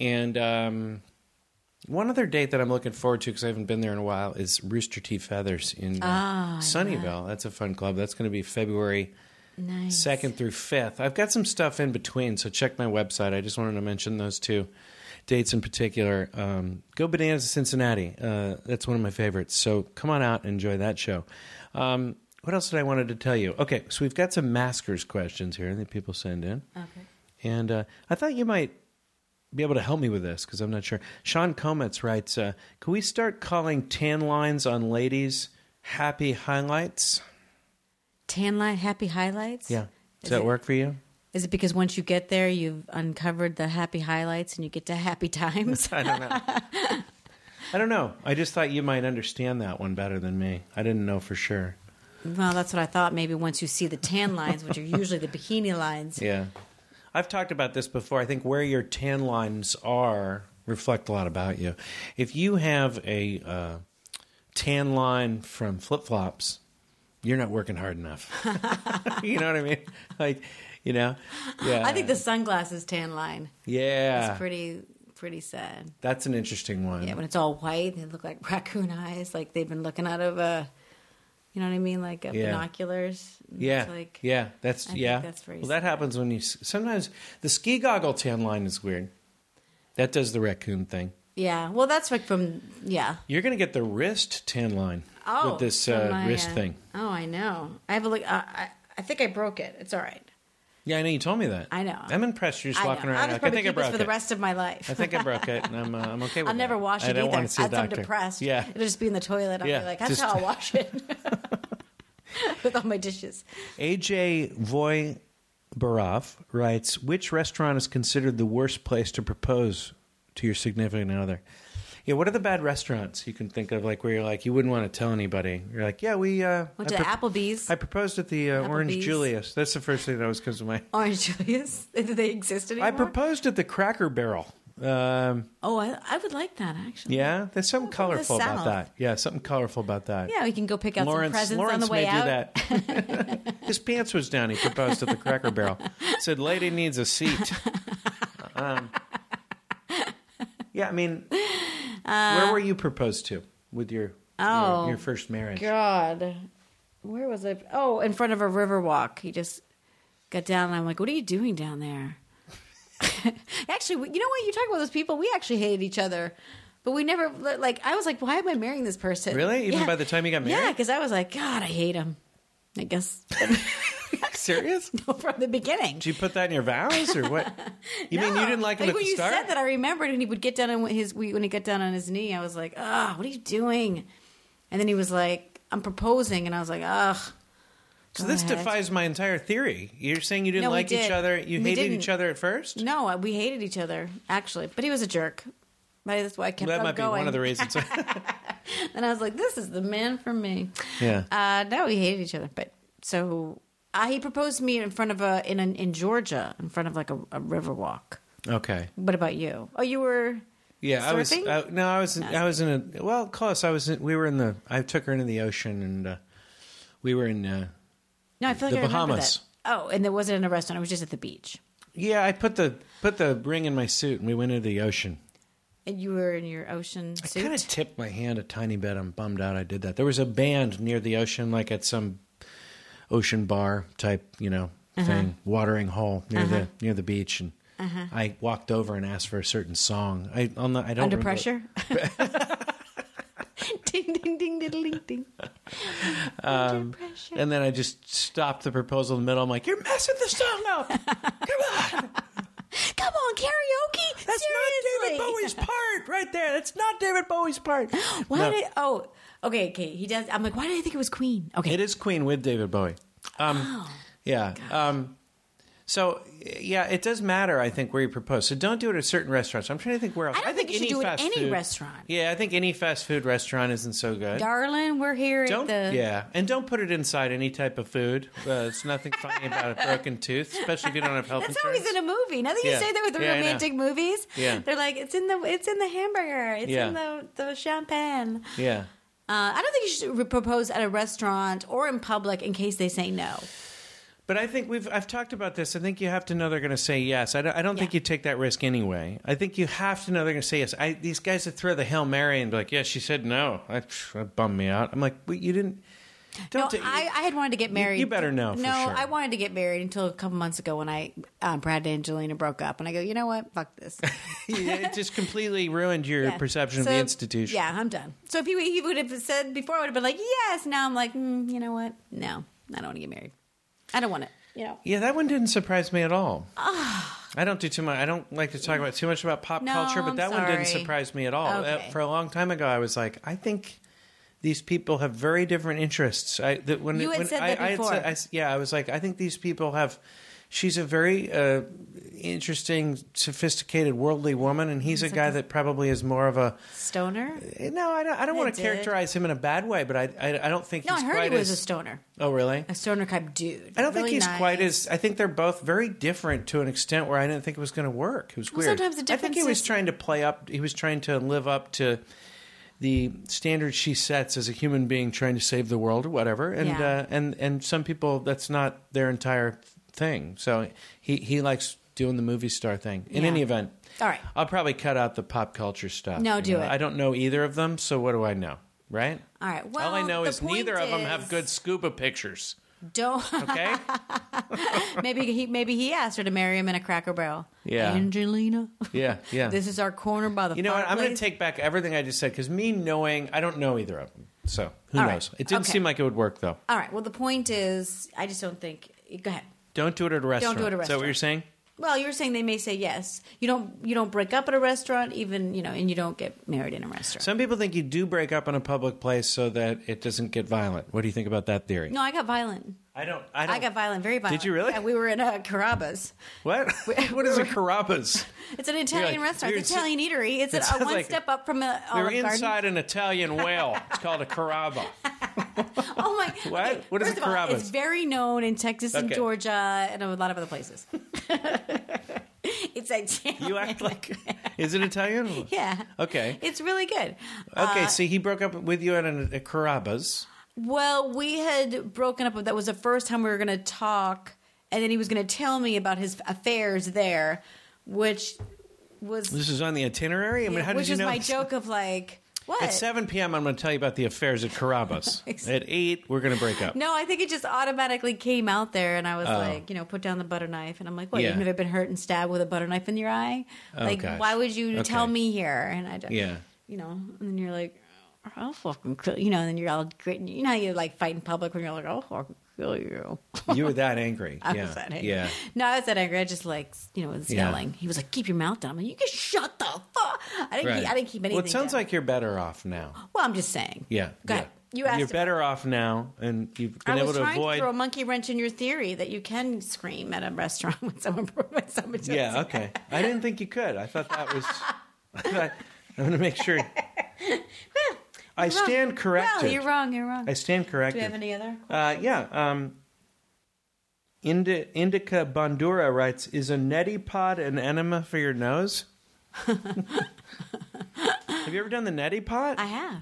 Speaker 3: And um, one other date that I'm looking forward to because I haven't been there in a while is Rooster Teeth Feathers in uh, Sunnyvale. That's a fun club. That's going to be February
Speaker 4: Nice.
Speaker 3: second through fifth. I've got some stuff in between, so check my website. I just wanted to mention those two dates in particular. Um, Go Bananas in Cincinnati. Uh, that's one of my favorites. So come on out and enjoy that show. Um, what else did I wanted to tell you? Okay, so we've got some maskers questions here that people send in,
Speaker 4: Okay.
Speaker 3: and uh, I thought you might be able to help me with this because I'm not sure. Sean Comets writes, uh, "Can we start calling tan lines on ladies happy highlights?
Speaker 4: Tan line happy highlights.
Speaker 3: Yeah, does
Speaker 4: Is
Speaker 3: that
Speaker 4: it-
Speaker 3: work for you?"
Speaker 4: Is it because once you get there, you've uncovered the happy highlights and you get to happy times?
Speaker 3: I don't know. I don't know. I just thought you might understand that one better than me. I didn't know for sure.
Speaker 4: well, that's what I thought. Maybe once you see the tan lines, which are usually the bikini lines.
Speaker 3: Yeah. I've talked about this before. I think where your tan lines are reflect a lot about you. If you have a uh, tan line from flip flops, you're not working hard enough. you know what I mean? Like, you know? Yeah.
Speaker 4: I think the sunglasses tan line
Speaker 3: Yeah.
Speaker 4: is pretty pretty sad.
Speaker 3: That's an interesting one.
Speaker 4: Yeah, when it's all white, they look like raccoon eyes, like they've been looking out of a, you know what I mean, like a
Speaker 3: Yeah.
Speaker 4: binoculars.
Speaker 3: Yeah,
Speaker 4: It's like,
Speaker 3: yeah, that's
Speaker 4: I think
Speaker 3: yeah.
Speaker 4: that's very
Speaker 3: well, that
Speaker 4: sad.
Speaker 3: happens when you s- sometimes the ski goggle tan line is weird. That does the raccoon thing.
Speaker 4: yeah. Well, that's like from yeah.
Speaker 3: You're gonna get the wrist tan line
Speaker 4: Oh,
Speaker 3: with this
Speaker 4: from
Speaker 3: uh,
Speaker 4: my,
Speaker 3: wrist
Speaker 4: uh,
Speaker 3: thing.
Speaker 4: Oh, I know. I have a look. Uh, I I think I broke it. It's all right.
Speaker 3: Yeah, I know you told me that.
Speaker 4: I know.
Speaker 3: I'm impressed. You're just
Speaker 4: I
Speaker 3: walking
Speaker 4: know.
Speaker 3: around.
Speaker 4: I'll just
Speaker 3: Like, I
Speaker 4: probably
Speaker 3: think I
Speaker 4: keep this
Speaker 3: broke
Speaker 4: for the
Speaker 3: it.
Speaker 4: rest of my life.
Speaker 3: I think I broke it, and I'm uh, I'm okay with
Speaker 4: I'll
Speaker 3: that.
Speaker 4: never wash it
Speaker 3: I don't
Speaker 4: either.
Speaker 3: want to see a
Speaker 4: As I'm
Speaker 3: doctor.
Speaker 4: depressed,
Speaker 3: Yeah,
Speaker 4: it'll just be in the toilet. I'll
Speaker 3: Yeah,
Speaker 4: be like, that's
Speaker 3: just-
Speaker 4: how I wash it with all my dishes.
Speaker 3: AJ Voy Barov writes, which restaurant is considered the worst place to propose to your significant other? Yeah, what are the bad restaurants you can think of, like where you're like you wouldn't want to tell anybody? You're like, yeah, we uh,
Speaker 4: Went to
Speaker 3: I
Speaker 4: the
Speaker 3: pro-
Speaker 4: Applebee's.
Speaker 3: I proposed at the uh, Orange
Speaker 4: Applebee's.
Speaker 3: Julius. That's the first thing that always comes to mind.
Speaker 4: Orange Julius. Do they exist anymore?
Speaker 3: I proposed at the Cracker Barrel. Um,
Speaker 4: oh, I, I would like that actually.
Speaker 3: yeah, there's something
Speaker 4: From the
Speaker 3: colorful about
Speaker 4: South.
Speaker 3: that. Yeah, something colorful about that.
Speaker 4: Yeah, we can go pick out
Speaker 3: Lawrence,
Speaker 4: some presents
Speaker 3: Lawrence
Speaker 4: on the way
Speaker 3: may
Speaker 4: out.
Speaker 3: do that. His pants was down. He proposed at the Cracker Barrel. Said, "Lady needs a seat." Um, yeah, I mean, where were you proposed to with your
Speaker 4: Uh, Oh,
Speaker 3: your, your first marriage?
Speaker 4: God, where was I? Oh, in front of a river walk. He just got down, and I'm like, "What are you doing down there?" actually, we- you know what? You talk about those people. We actually hated each other, but we never like. I was like, "Why am I marrying this person?"
Speaker 3: Really? Even by the time you got
Speaker 4: Yeah,
Speaker 3: married?
Speaker 4: because I was like, "God, I hate him." I guess
Speaker 3: Serious?
Speaker 4: from the beginning.
Speaker 3: Did you put that in your vows or what? You mean you didn't like him at
Speaker 4: when
Speaker 3: the
Speaker 4: you
Speaker 3: start?
Speaker 4: said that, I remembered, and he would get down on his we- when he got down on his knee. I was like, "Ah, what are you doing?" And then he was like, "I'm proposing," and I was like, "Ugh."
Speaker 3: so
Speaker 4: go
Speaker 3: this
Speaker 4: ahead."
Speaker 3: defies my entire theory. You're saying you didn't
Speaker 4: No, we
Speaker 3: like each
Speaker 4: did.
Speaker 3: other. You
Speaker 4: We
Speaker 3: hated
Speaker 4: didn't.
Speaker 3: each other at first.
Speaker 4: No, I- we hated each other actually, but he was a jerk. But that's why I kept
Speaker 3: that
Speaker 4: on
Speaker 3: might
Speaker 4: going.
Speaker 3: be one of the reasons.
Speaker 4: And I was like, "This is the man for me."
Speaker 3: yeah.
Speaker 4: Uh, no, we hated each other. But so uh, he proposed to me in front of a in an, in Georgia, in front of like a, a river walk.
Speaker 3: Okay.
Speaker 4: What about you? Oh, you were
Speaker 3: Yeah, I was.
Speaker 4: Surfing?
Speaker 3: I, no, I was. I was in a. Well, close. I was. In, we were in the. I took her into the ocean, and uh, we were in. Uh,
Speaker 4: no, I feel like
Speaker 3: The
Speaker 4: I remember
Speaker 3: Bahamas.
Speaker 4: That. Oh, and there wasn't in a restaurant; it was just at the beach.
Speaker 3: yeah, I put the put the ring in my suit, and we went into the ocean.
Speaker 4: And you were in your ocean
Speaker 3: I kind of
Speaker 4: suit.
Speaker 3: tipped my hand a tiny bit. I'm bummed out I did that. There was a band near the ocean, like at some ocean bar type, you know,
Speaker 4: Uh-huh.
Speaker 3: thing, watering hole near the near the beach, and I walked over and asked for a certain song. I on the, I don't
Speaker 4: Under
Speaker 3: remember-
Speaker 4: pressure. ding ding ding diddling ding. Under pressure.
Speaker 3: And then I just stopped the proposal in the middle. I'm like, "You're messing the song up! Come on!"
Speaker 4: Come on, karaoke.
Speaker 3: That's
Speaker 4: Seriously.
Speaker 3: not David Bowie's part right there. That's not David Bowie's part.
Speaker 4: Why
Speaker 3: No,
Speaker 4: did oh okay okay he does I'm like why did I think it was Queen okay Oh,
Speaker 3: it is Queen with David Bowie. Um, yeah. Um, So yeah, it does matter. I think where you propose. So don't do it at certain restaurants. I'm trying to think where else.
Speaker 4: I don't think you should do it at
Speaker 3: fast
Speaker 4: any
Speaker 3: food-
Speaker 4: restaurant.
Speaker 3: Yeah, I think any fast food restaurant isn't so good.
Speaker 4: Darling, we're here
Speaker 3: don't
Speaker 4: at the.
Speaker 3: yeah, and don't put it inside any type of food. Uh, it's nothing funny about a broken tooth, especially if you don't have health
Speaker 4: That's
Speaker 3: insurance.
Speaker 4: always in a movie. Now that you
Speaker 3: Yeah.
Speaker 4: say that with the
Speaker 3: Yeah, I know.
Speaker 4: romantic movies,
Speaker 3: Yeah.
Speaker 4: they're like, it's in the it's in the hamburger, it's
Speaker 3: Yeah.
Speaker 4: in the, the champagne.
Speaker 3: yeah,
Speaker 4: Uh, I don't think you should re- propose at a restaurant or in public in case they say no.
Speaker 3: but I think we've I've talked about this. I think you have to know they're going to say yes. I don't, I don't think
Speaker 4: Yeah.
Speaker 3: you take that risk anyway. I think you have to know they're going to say yes. I, these guys that throw the hail mary and be like, "Yeah, she said no," I, pff, that bummed me out. I'm like, "But you didn't."
Speaker 4: No,
Speaker 3: Don't ta-
Speaker 4: I, I had wanted to get married.
Speaker 3: you better know for
Speaker 4: No,
Speaker 3: sure.
Speaker 4: I wanted to get married until a couple months ago when I um, Brad and Angelina broke up, and I go, you know what? Fuck this.
Speaker 3: it just completely ruined your
Speaker 4: Yeah.
Speaker 3: perception of
Speaker 4: So,
Speaker 3: the institution.
Speaker 4: Yeah, I'm done. So if he, he would have said before, I would have been like, yes. Now I'm like, mm, you know what? No, I don't want to get married. I don't want it. You know.
Speaker 3: Yeah, that one didn't surprise me at all. I don't do too much. I don't like to talk about too much about pop
Speaker 4: Ah. No,
Speaker 3: culture, but
Speaker 4: I'm
Speaker 3: that one didn't
Speaker 4: sorry.
Speaker 3: surprise me at all. Uh,
Speaker 4: Okay.
Speaker 3: for a long time ago, I was like, I think these people have very different interests. I that when
Speaker 4: You had
Speaker 3: when
Speaker 4: said
Speaker 3: I,
Speaker 4: that
Speaker 3: I had
Speaker 4: before.
Speaker 3: said- I s- yeah, I was like, I think these people have. She's a very uh, interesting, sophisticated, worldly woman, and he's a guy that probably is more of a. Uh, eh,
Speaker 4: Stoner?
Speaker 3: No, I don't. I don't
Speaker 4: I
Speaker 3: want to
Speaker 4: did.
Speaker 3: characterize him in a bad way, but I, I, I don't think
Speaker 4: No, I
Speaker 3: he's
Speaker 4: heard
Speaker 3: quite
Speaker 4: he was a
Speaker 3: as.
Speaker 4: stoner.
Speaker 3: oh, really?
Speaker 4: A stoner type dude.
Speaker 3: I don't think
Speaker 4: Really
Speaker 3: he's
Speaker 4: nice.
Speaker 3: quite as. I think they're both very different to an extent where I didn't think it was going to work. It was weird.
Speaker 4: sometimes the
Speaker 3: I think he
Speaker 4: difference
Speaker 3: was
Speaker 4: is-
Speaker 3: trying to play up. He was trying to live up to the standards she sets as a human being trying to save the world or whatever. And
Speaker 4: Yeah.
Speaker 3: uh, and and some people that's not their entire thing. So he he likes doing the movie star thing. In
Speaker 4: Yeah.
Speaker 3: any event,
Speaker 4: All right.
Speaker 3: I'll probably cut out the pop culture stuff.
Speaker 4: No,
Speaker 3: you
Speaker 4: do
Speaker 3: know?
Speaker 4: it.
Speaker 3: I don't know either of them, so what do I know? Right.
Speaker 4: All right. Well,
Speaker 3: All I know
Speaker 4: the
Speaker 3: is neither
Speaker 4: point
Speaker 3: of them
Speaker 4: is-
Speaker 3: have good scuba pictures.
Speaker 4: Don't.
Speaker 3: Okay.
Speaker 4: maybe he maybe he asked her to marry him in a Cracker Barrel.
Speaker 3: Yeah.
Speaker 4: Angelina.
Speaker 3: yeah. Yeah.
Speaker 4: This is our corner by the.
Speaker 3: You know what? I'm going to
Speaker 4: fireplace.
Speaker 3: take back everything I just said because me knowing, I don't know either of them. So who
Speaker 4: All right.
Speaker 3: knows? It didn't
Speaker 4: Okay.
Speaker 3: seem like it would work though.
Speaker 4: All right. Well, the point is, I just don't think. Go ahead.
Speaker 3: Don't do it at a restaurant.
Speaker 4: do it at a
Speaker 3: Is that what you're
Speaker 4: restaurant.
Speaker 3: saying?
Speaker 4: Well, you were saying they may say yes. You don't. You don't break up at a restaurant, even you know, and you don't get married in a restaurant.
Speaker 3: Some people think you do break up in a public place so that it doesn't get violent. What do you think about that theory?
Speaker 4: no, I got violent.
Speaker 3: I don't. I, don't,
Speaker 4: I got violent, very violent.
Speaker 3: Oh. you really?
Speaker 4: Yeah, we were in uh, Carrabba's.
Speaker 3: What? what is a Carrabba's?
Speaker 4: It's an Italian
Speaker 3: like-
Speaker 4: restaurant.
Speaker 3: you're
Speaker 4: It's
Speaker 3: in-
Speaker 4: Italian eatery. It's
Speaker 3: It
Speaker 4: a
Speaker 3: sounds
Speaker 4: one
Speaker 3: like-
Speaker 4: step up from a
Speaker 3: We're
Speaker 4: Olive Garden.
Speaker 3: inside an Italian whale. It's called a Carrabba.
Speaker 4: Oh my!
Speaker 3: What?
Speaker 4: okay,
Speaker 3: What is
Speaker 4: first
Speaker 3: a
Speaker 4: of all,
Speaker 3: Carrabba's?
Speaker 4: it's very known in Texas and
Speaker 3: Okay.
Speaker 4: Georgia and a lot of other places. it's Italian.
Speaker 3: You act like. Is it Italian?
Speaker 4: yeah. Uh,
Speaker 3: Okay. Uh,
Speaker 4: It's really good.
Speaker 3: Okay. see, he broke up with you at an, a Carrabba's.
Speaker 4: Well, we had broken up. That was the first time we were going to talk, and then he was going to tell me about his affairs there, which was
Speaker 3: This is on the itinerary. I mean, how did
Speaker 4: which
Speaker 3: you
Speaker 4: is
Speaker 3: know?
Speaker 4: my
Speaker 3: this?
Speaker 4: joke of like what?
Speaker 3: At 7 p.m., I'm going to tell you about the affairs at Carrabba's. at 8, we're going to break up.
Speaker 4: No, I think it just automatically came out there, and I was like, you know, put down the butter knife, and I'm like, what?
Speaker 3: Oh. Yeah. Oh,
Speaker 4: You've never been hurt and stabbed with a butter knife in your eye? Like,
Speaker 3: gosh.
Speaker 4: why would you
Speaker 3: Okay.
Speaker 4: tell me here? And I don't,
Speaker 3: Yeah.
Speaker 4: you know, and then you're like, I'll fucking kill you, you know, and then you're all gritting, you know, how you like fight in public when you're like, I'll fucking kill you.
Speaker 3: You were that angry.
Speaker 4: I
Speaker 3: yeah.
Speaker 4: was that angry.
Speaker 3: Yeah.
Speaker 4: No, I was that angry. I just like you know was
Speaker 3: Yeah.
Speaker 4: yelling. He was like, "Keep your mouth down." I'm like, "You can shut the fuck." I didn't. Keep, I didn't keep anything.
Speaker 3: Well, it sounds
Speaker 4: down.
Speaker 3: like you're better off now.
Speaker 4: Well, I'm just saying.
Speaker 3: Yeah.
Speaker 4: Go
Speaker 3: yeah.
Speaker 4: ahead. You asked.
Speaker 3: You're
Speaker 4: about-
Speaker 3: better off now, and you've been
Speaker 4: I
Speaker 3: able
Speaker 4: was
Speaker 3: to
Speaker 4: trying
Speaker 3: avoid.
Speaker 4: to throw a monkey wrench in your theory that you can scream at a restaurant when someone when someone does
Speaker 3: yeah,
Speaker 4: it.
Speaker 3: okay. I didn't think you could. I thought that was. I thought, I'm going to make sure. I
Speaker 4: You're wrong.
Speaker 3: stand corrected.
Speaker 4: Well, you're wrong. You're wrong.
Speaker 3: I stand corrected.
Speaker 4: Do you have any other?
Speaker 3: Uh, yeah. Um, Indi- Indica Bandura writes, "Is a neti pod an enema for your nose?" have you ever done the neti pot?
Speaker 4: I have.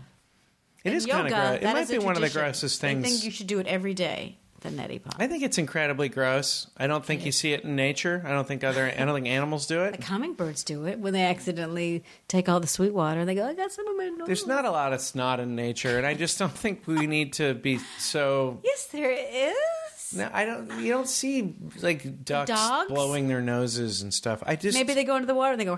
Speaker 3: it is kind of gross. It might be one of the grossest things.
Speaker 4: I think you should do it every day. The neti pot.
Speaker 3: I think it's incredibly gross. I don't think you see it in nature. I don't think other. I don't think animals do it.
Speaker 4: Like hummingbirds do it when they accidentally take all the sweet water. They go, "I got some of my nose."
Speaker 3: There's not a lot of snot in nature, and I just don't think we need to be so.
Speaker 4: Yes, there is.
Speaker 3: No, I don't. You don't see like ducks
Speaker 4: Dogs?
Speaker 3: blowing their noses and stuff. I just
Speaker 4: Maybe they go into the water and they go.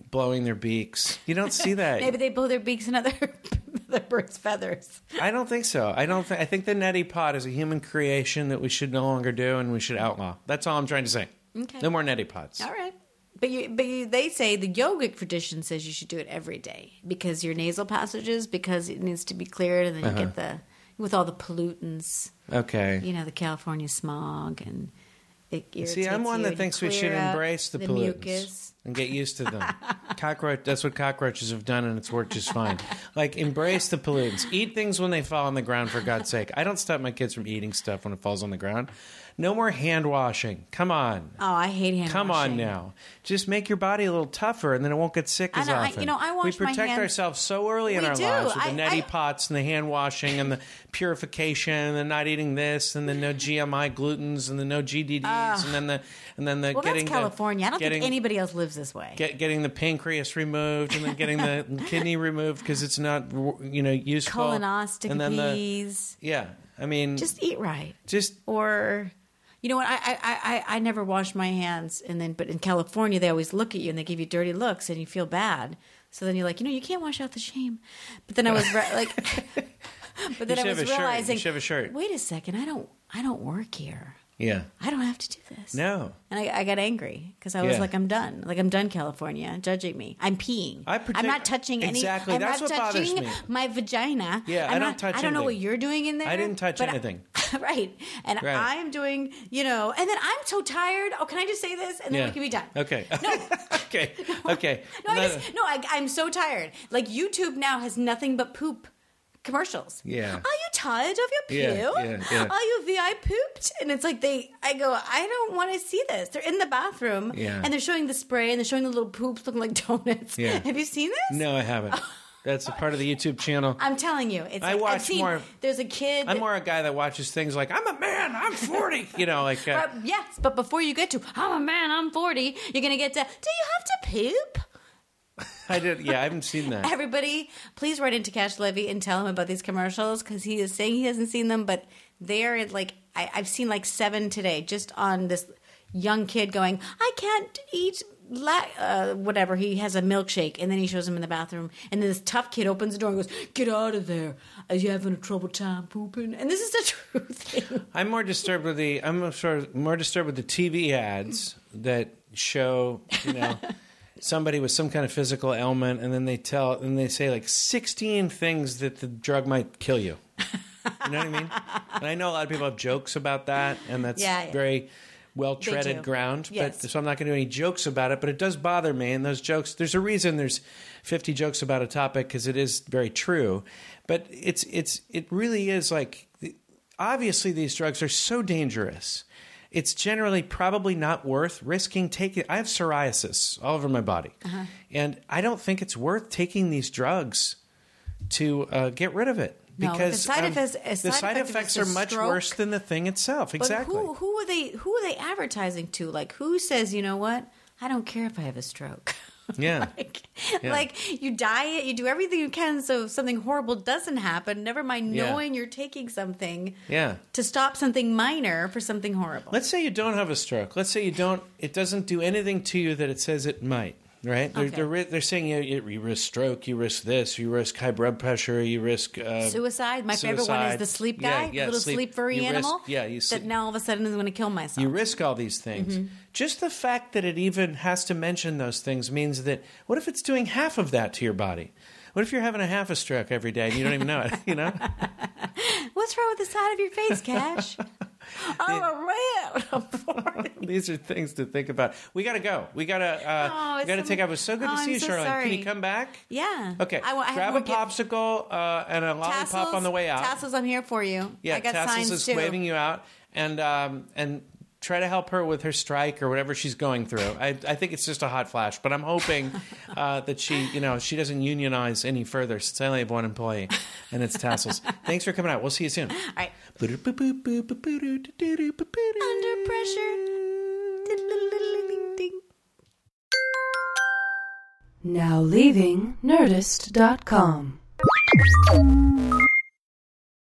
Speaker 3: blowing their beaks. You don't see that.
Speaker 4: Maybe they blow their beaks in other other birds' feathers.
Speaker 3: I don't think so. I don't think. I think the neti pot is a human creation that we should no longer do and we should outlaw. That's all I'm trying to say.
Speaker 4: Okay.
Speaker 3: No more neti pots.
Speaker 4: All right. But you, but you, they say the yogic tradition says you should do it every day because your nasal passages because it needs to be cleared and then you get the with all the pollutants,
Speaker 3: Okay.
Speaker 4: you know, the California smog and It
Speaker 3: See, I'm
Speaker 4: irritates
Speaker 3: one
Speaker 4: you,
Speaker 3: that
Speaker 4: you
Speaker 3: thinks we should
Speaker 4: clear up
Speaker 3: embrace the,
Speaker 4: the
Speaker 3: pollutants
Speaker 4: mucus.
Speaker 3: and get used to them. Cockroach. That's what cockroaches have done, and it's worked just fine. Like embrace the pollutants. Eat things when they fall on the ground. For God's sake, I don't stop my kids from eating stuff when it falls on the ground. No more hand washing. Come on.
Speaker 4: Oh, I hate hand
Speaker 3: Come on
Speaker 4: washing.
Speaker 3: now. Just make your body a little tougher, and then it won't get sick
Speaker 4: I
Speaker 3: as
Speaker 4: know, I-
Speaker 3: often.
Speaker 4: you know, I
Speaker 3: we
Speaker 4: wash my
Speaker 3: protect
Speaker 4: hands-
Speaker 3: ourselves so early in
Speaker 4: We
Speaker 3: our
Speaker 4: do.
Speaker 3: lives with the
Speaker 4: I-
Speaker 3: neti
Speaker 4: I-
Speaker 3: pots and the hand washing and the purification and the not eating this and the no GMI glutens and the no GDDs and then the and then the
Speaker 4: Well,
Speaker 3: getting
Speaker 4: that's California.
Speaker 3: The,
Speaker 4: I don't
Speaker 3: getting,
Speaker 4: think anybody else lives this way.
Speaker 3: Get, getting the pancreas removed and then getting the kidney removed because it's not you know useful. And then the e-
Speaker 4: Colonoscopies.
Speaker 3: yeah, I mean just
Speaker 4: Just eat right.
Speaker 3: just
Speaker 4: Or, you know what? I, I, I, I- I never wash my hands. And then, but in California, they always look at you and they give you dirty looks and you feel bad. So then you're like, you know, you can't wash out the shame. But then I was re- like, but then
Speaker 3: should
Speaker 4: I
Speaker 3: have
Speaker 4: was
Speaker 3: a shirt. You
Speaker 4: realizing,
Speaker 3: should have a shirt.
Speaker 4: wait a second, I don't, I don't work here.
Speaker 3: yeah.
Speaker 4: I don't have to do this.
Speaker 3: No,
Speaker 4: And I, I got angry because I was
Speaker 3: Yeah.
Speaker 4: like, I'm done. Like, I'm done, California, judging me. I'm peeing.
Speaker 3: I protect-
Speaker 4: I'm not touching any.
Speaker 3: Exactly.
Speaker 4: I'm
Speaker 3: That's
Speaker 4: not
Speaker 3: what bothers
Speaker 4: touching
Speaker 3: me.
Speaker 4: my vagina.
Speaker 3: Yeah,
Speaker 4: I'm
Speaker 3: I don't
Speaker 4: not-
Speaker 3: touch
Speaker 4: I don't know what
Speaker 3: anything.
Speaker 4: you're doing in there.
Speaker 3: I didn't touch
Speaker 4: but I-
Speaker 3: anything.
Speaker 4: right. And
Speaker 3: Right.
Speaker 4: I'm doing, you know, and then I'm so tired. Oh, can I just say this? And then
Speaker 3: yeah.
Speaker 4: we can be done.
Speaker 3: Okay. okay. Okay.
Speaker 4: No, I
Speaker 3: No,
Speaker 4: just, no, I, I'm so tired. Like, YouTube now has nothing but poop commercials.
Speaker 3: Yeah.
Speaker 4: Are you tired of your pew?
Speaker 3: Yeah, yeah, yeah.
Speaker 4: Are you VI pooped? And it's like they, I go, I don't want to see this. They're in the bathroom
Speaker 3: Yeah.
Speaker 4: and they're showing the spray and they're showing the little poops looking like donuts.
Speaker 3: Yeah.
Speaker 4: Have you seen this?
Speaker 3: No, I haven't. That's a part of the YouTube channel.
Speaker 4: I'm telling you, it's.
Speaker 3: I
Speaker 4: like,
Speaker 3: watch
Speaker 4: I've seen,
Speaker 3: more-
Speaker 4: There's a kid.
Speaker 3: I'm more a guy that watches things like I'm a man, I'm 40. You know, like uh,
Speaker 4: Uh, yes, but before you get to, I'm a man, I'm 40. You're gonna get to. Do you have to poop?
Speaker 3: I did. Yeah, I haven't seen that.
Speaker 4: Everybody, please write into Cash Levy and tell him about these commercials because he is saying he hasn't seen them, but they're like I, I've seen like seven today, just on this young kid going, "I can't eat." La- uh, whatever he has a milkshake and then he shows him in the bathroom and then this tough kid opens the door and goes get out of there are you having a trouble time pooping and this is the true thing
Speaker 3: I'm more disturbed with the I'm sort of more disturbed with the TV ads that show you know somebody with some kind of physical ailment, and then they tell and they say like 16 things that the drug might kill you. You know what I mean? And I know a lot of people have jokes about that, and that's
Speaker 4: Yeah, yeah.
Speaker 3: very well
Speaker 4: do.
Speaker 3: treaded ground. But
Speaker 4: Yes.
Speaker 3: so I'm not going to do any jokes about it. But it does bother me, and those jokes. There's a reason there's 50 jokes about a topic because it is very true. But it's it's it really is like obviously these drugs are so dangerous. It's generally probably not worth risking taking. I have psoriasis all over my body,
Speaker 4: Uh-huh.
Speaker 3: and I don't think it's worth taking these drugs to uh, get rid of it
Speaker 4: No,
Speaker 3: because um,
Speaker 4: the side effects-
Speaker 3: the
Speaker 4: uh, side
Speaker 3: side
Speaker 4: effect of
Speaker 3: effects
Speaker 4: it's a
Speaker 3: are much
Speaker 4: stroke.
Speaker 3: worse than the thing itself. Exactly.
Speaker 4: But who who are they who are they advertising to? Like who says, you know what? I don't care if I have a stroke.
Speaker 3: Yeah.
Speaker 4: like,
Speaker 3: Yeah.
Speaker 4: like, you diet, you do everything you can so something horrible doesn't happen. Never mind
Speaker 3: Yeah.
Speaker 4: knowing you're taking something
Speaker 3: yeah.
Speaker 4: to stop something minor for something horrible.
Speaker 3: Let's say you don't have a stroke. Let's say you don't. It doesn't do anything to you that it says it might. Right? They're,
Speaker 4: Okay.
Speaker 3: they're, ri- they're saying you, you, you risk stroke, you risk this, you risk high blood pressure, you risk uh,
Speaker 4: Suicide. My favorite one is
Speaker 3: suicide.
Speaker 4: the sleep
Speaker 3: Yeah,
Speaker 4: guy,
Speaker 3: yeah,
Speaker 4: the little
Speaker 3: sleep.
Speaker 4: sleep furry
Speaker 3: You risk-
Speaker 4: animal.
Speaker 3: yeah, you sleep-
Speaker 4: that now all of a sudden is going to kill myself.
Speaker 3: You risk all these things.
Speaker 4: Mm-hmm.
Speaker 3: Just the fact that it even has to mention those things means that what if it's doing half of that to your body? What if you're having a half a stroke every day and you don't even know it? You know,
Speaker 4: What's wrong with the side of your face, Cash? I'm around. I'm forty.
Speaker 3: these are things to think about. We gotta go. We gotta. Uh,
Speaker 4: Oh,
Speaker 3: we
Speaker 4: it's
Speaker 3: gotta
Speaker 4: so
Speaker 3: take.
Speaker 4: much-
Speaker 3: I was so good
Speaker 4: Oh,
Speaker 3: to see
Speaker 4: I'm
Speaker 3: you,
Speaker 4: so
Speaker 3: Charlene. Can you
Speaker 4: sorry.
Speaker 3: come back?
Speaker 4: Yeah.
Speaker 3: Okay.
Speaker 4: I, wa- I have
Speaker 3: Grab
Speaker 4: more
Speaker 3: a
Speaker 4: gift-
Speaker 3: popsicle uh, and a lollipop
Speaker 4: Tassels-
Speaker 3: on the way out.
Speaker 4: Tassels, I'm here for you.
Speaker 3: Yeah,
Speaker 4: I got
Speaker 3: Tassels
Speaker 4: signs
Speaker 3: is
Speaker 4: too.
Speaker 3: waving you out, and um, and try to help her with her strike or whatever she's going through. I, I think it's just a hot flash, but I'm hoping uh, that she you know she doesn't unionize any further since I only have one employee, and it's Tassels. Thanks for coming out. We'll see you soon.
Speaker 4: All right.
Speaker 3: Under
Speaker 4: Under
Speaker 3: Mm.
Speaker 4: pressure.
Speaker 1: Now leaving Nerdist.com.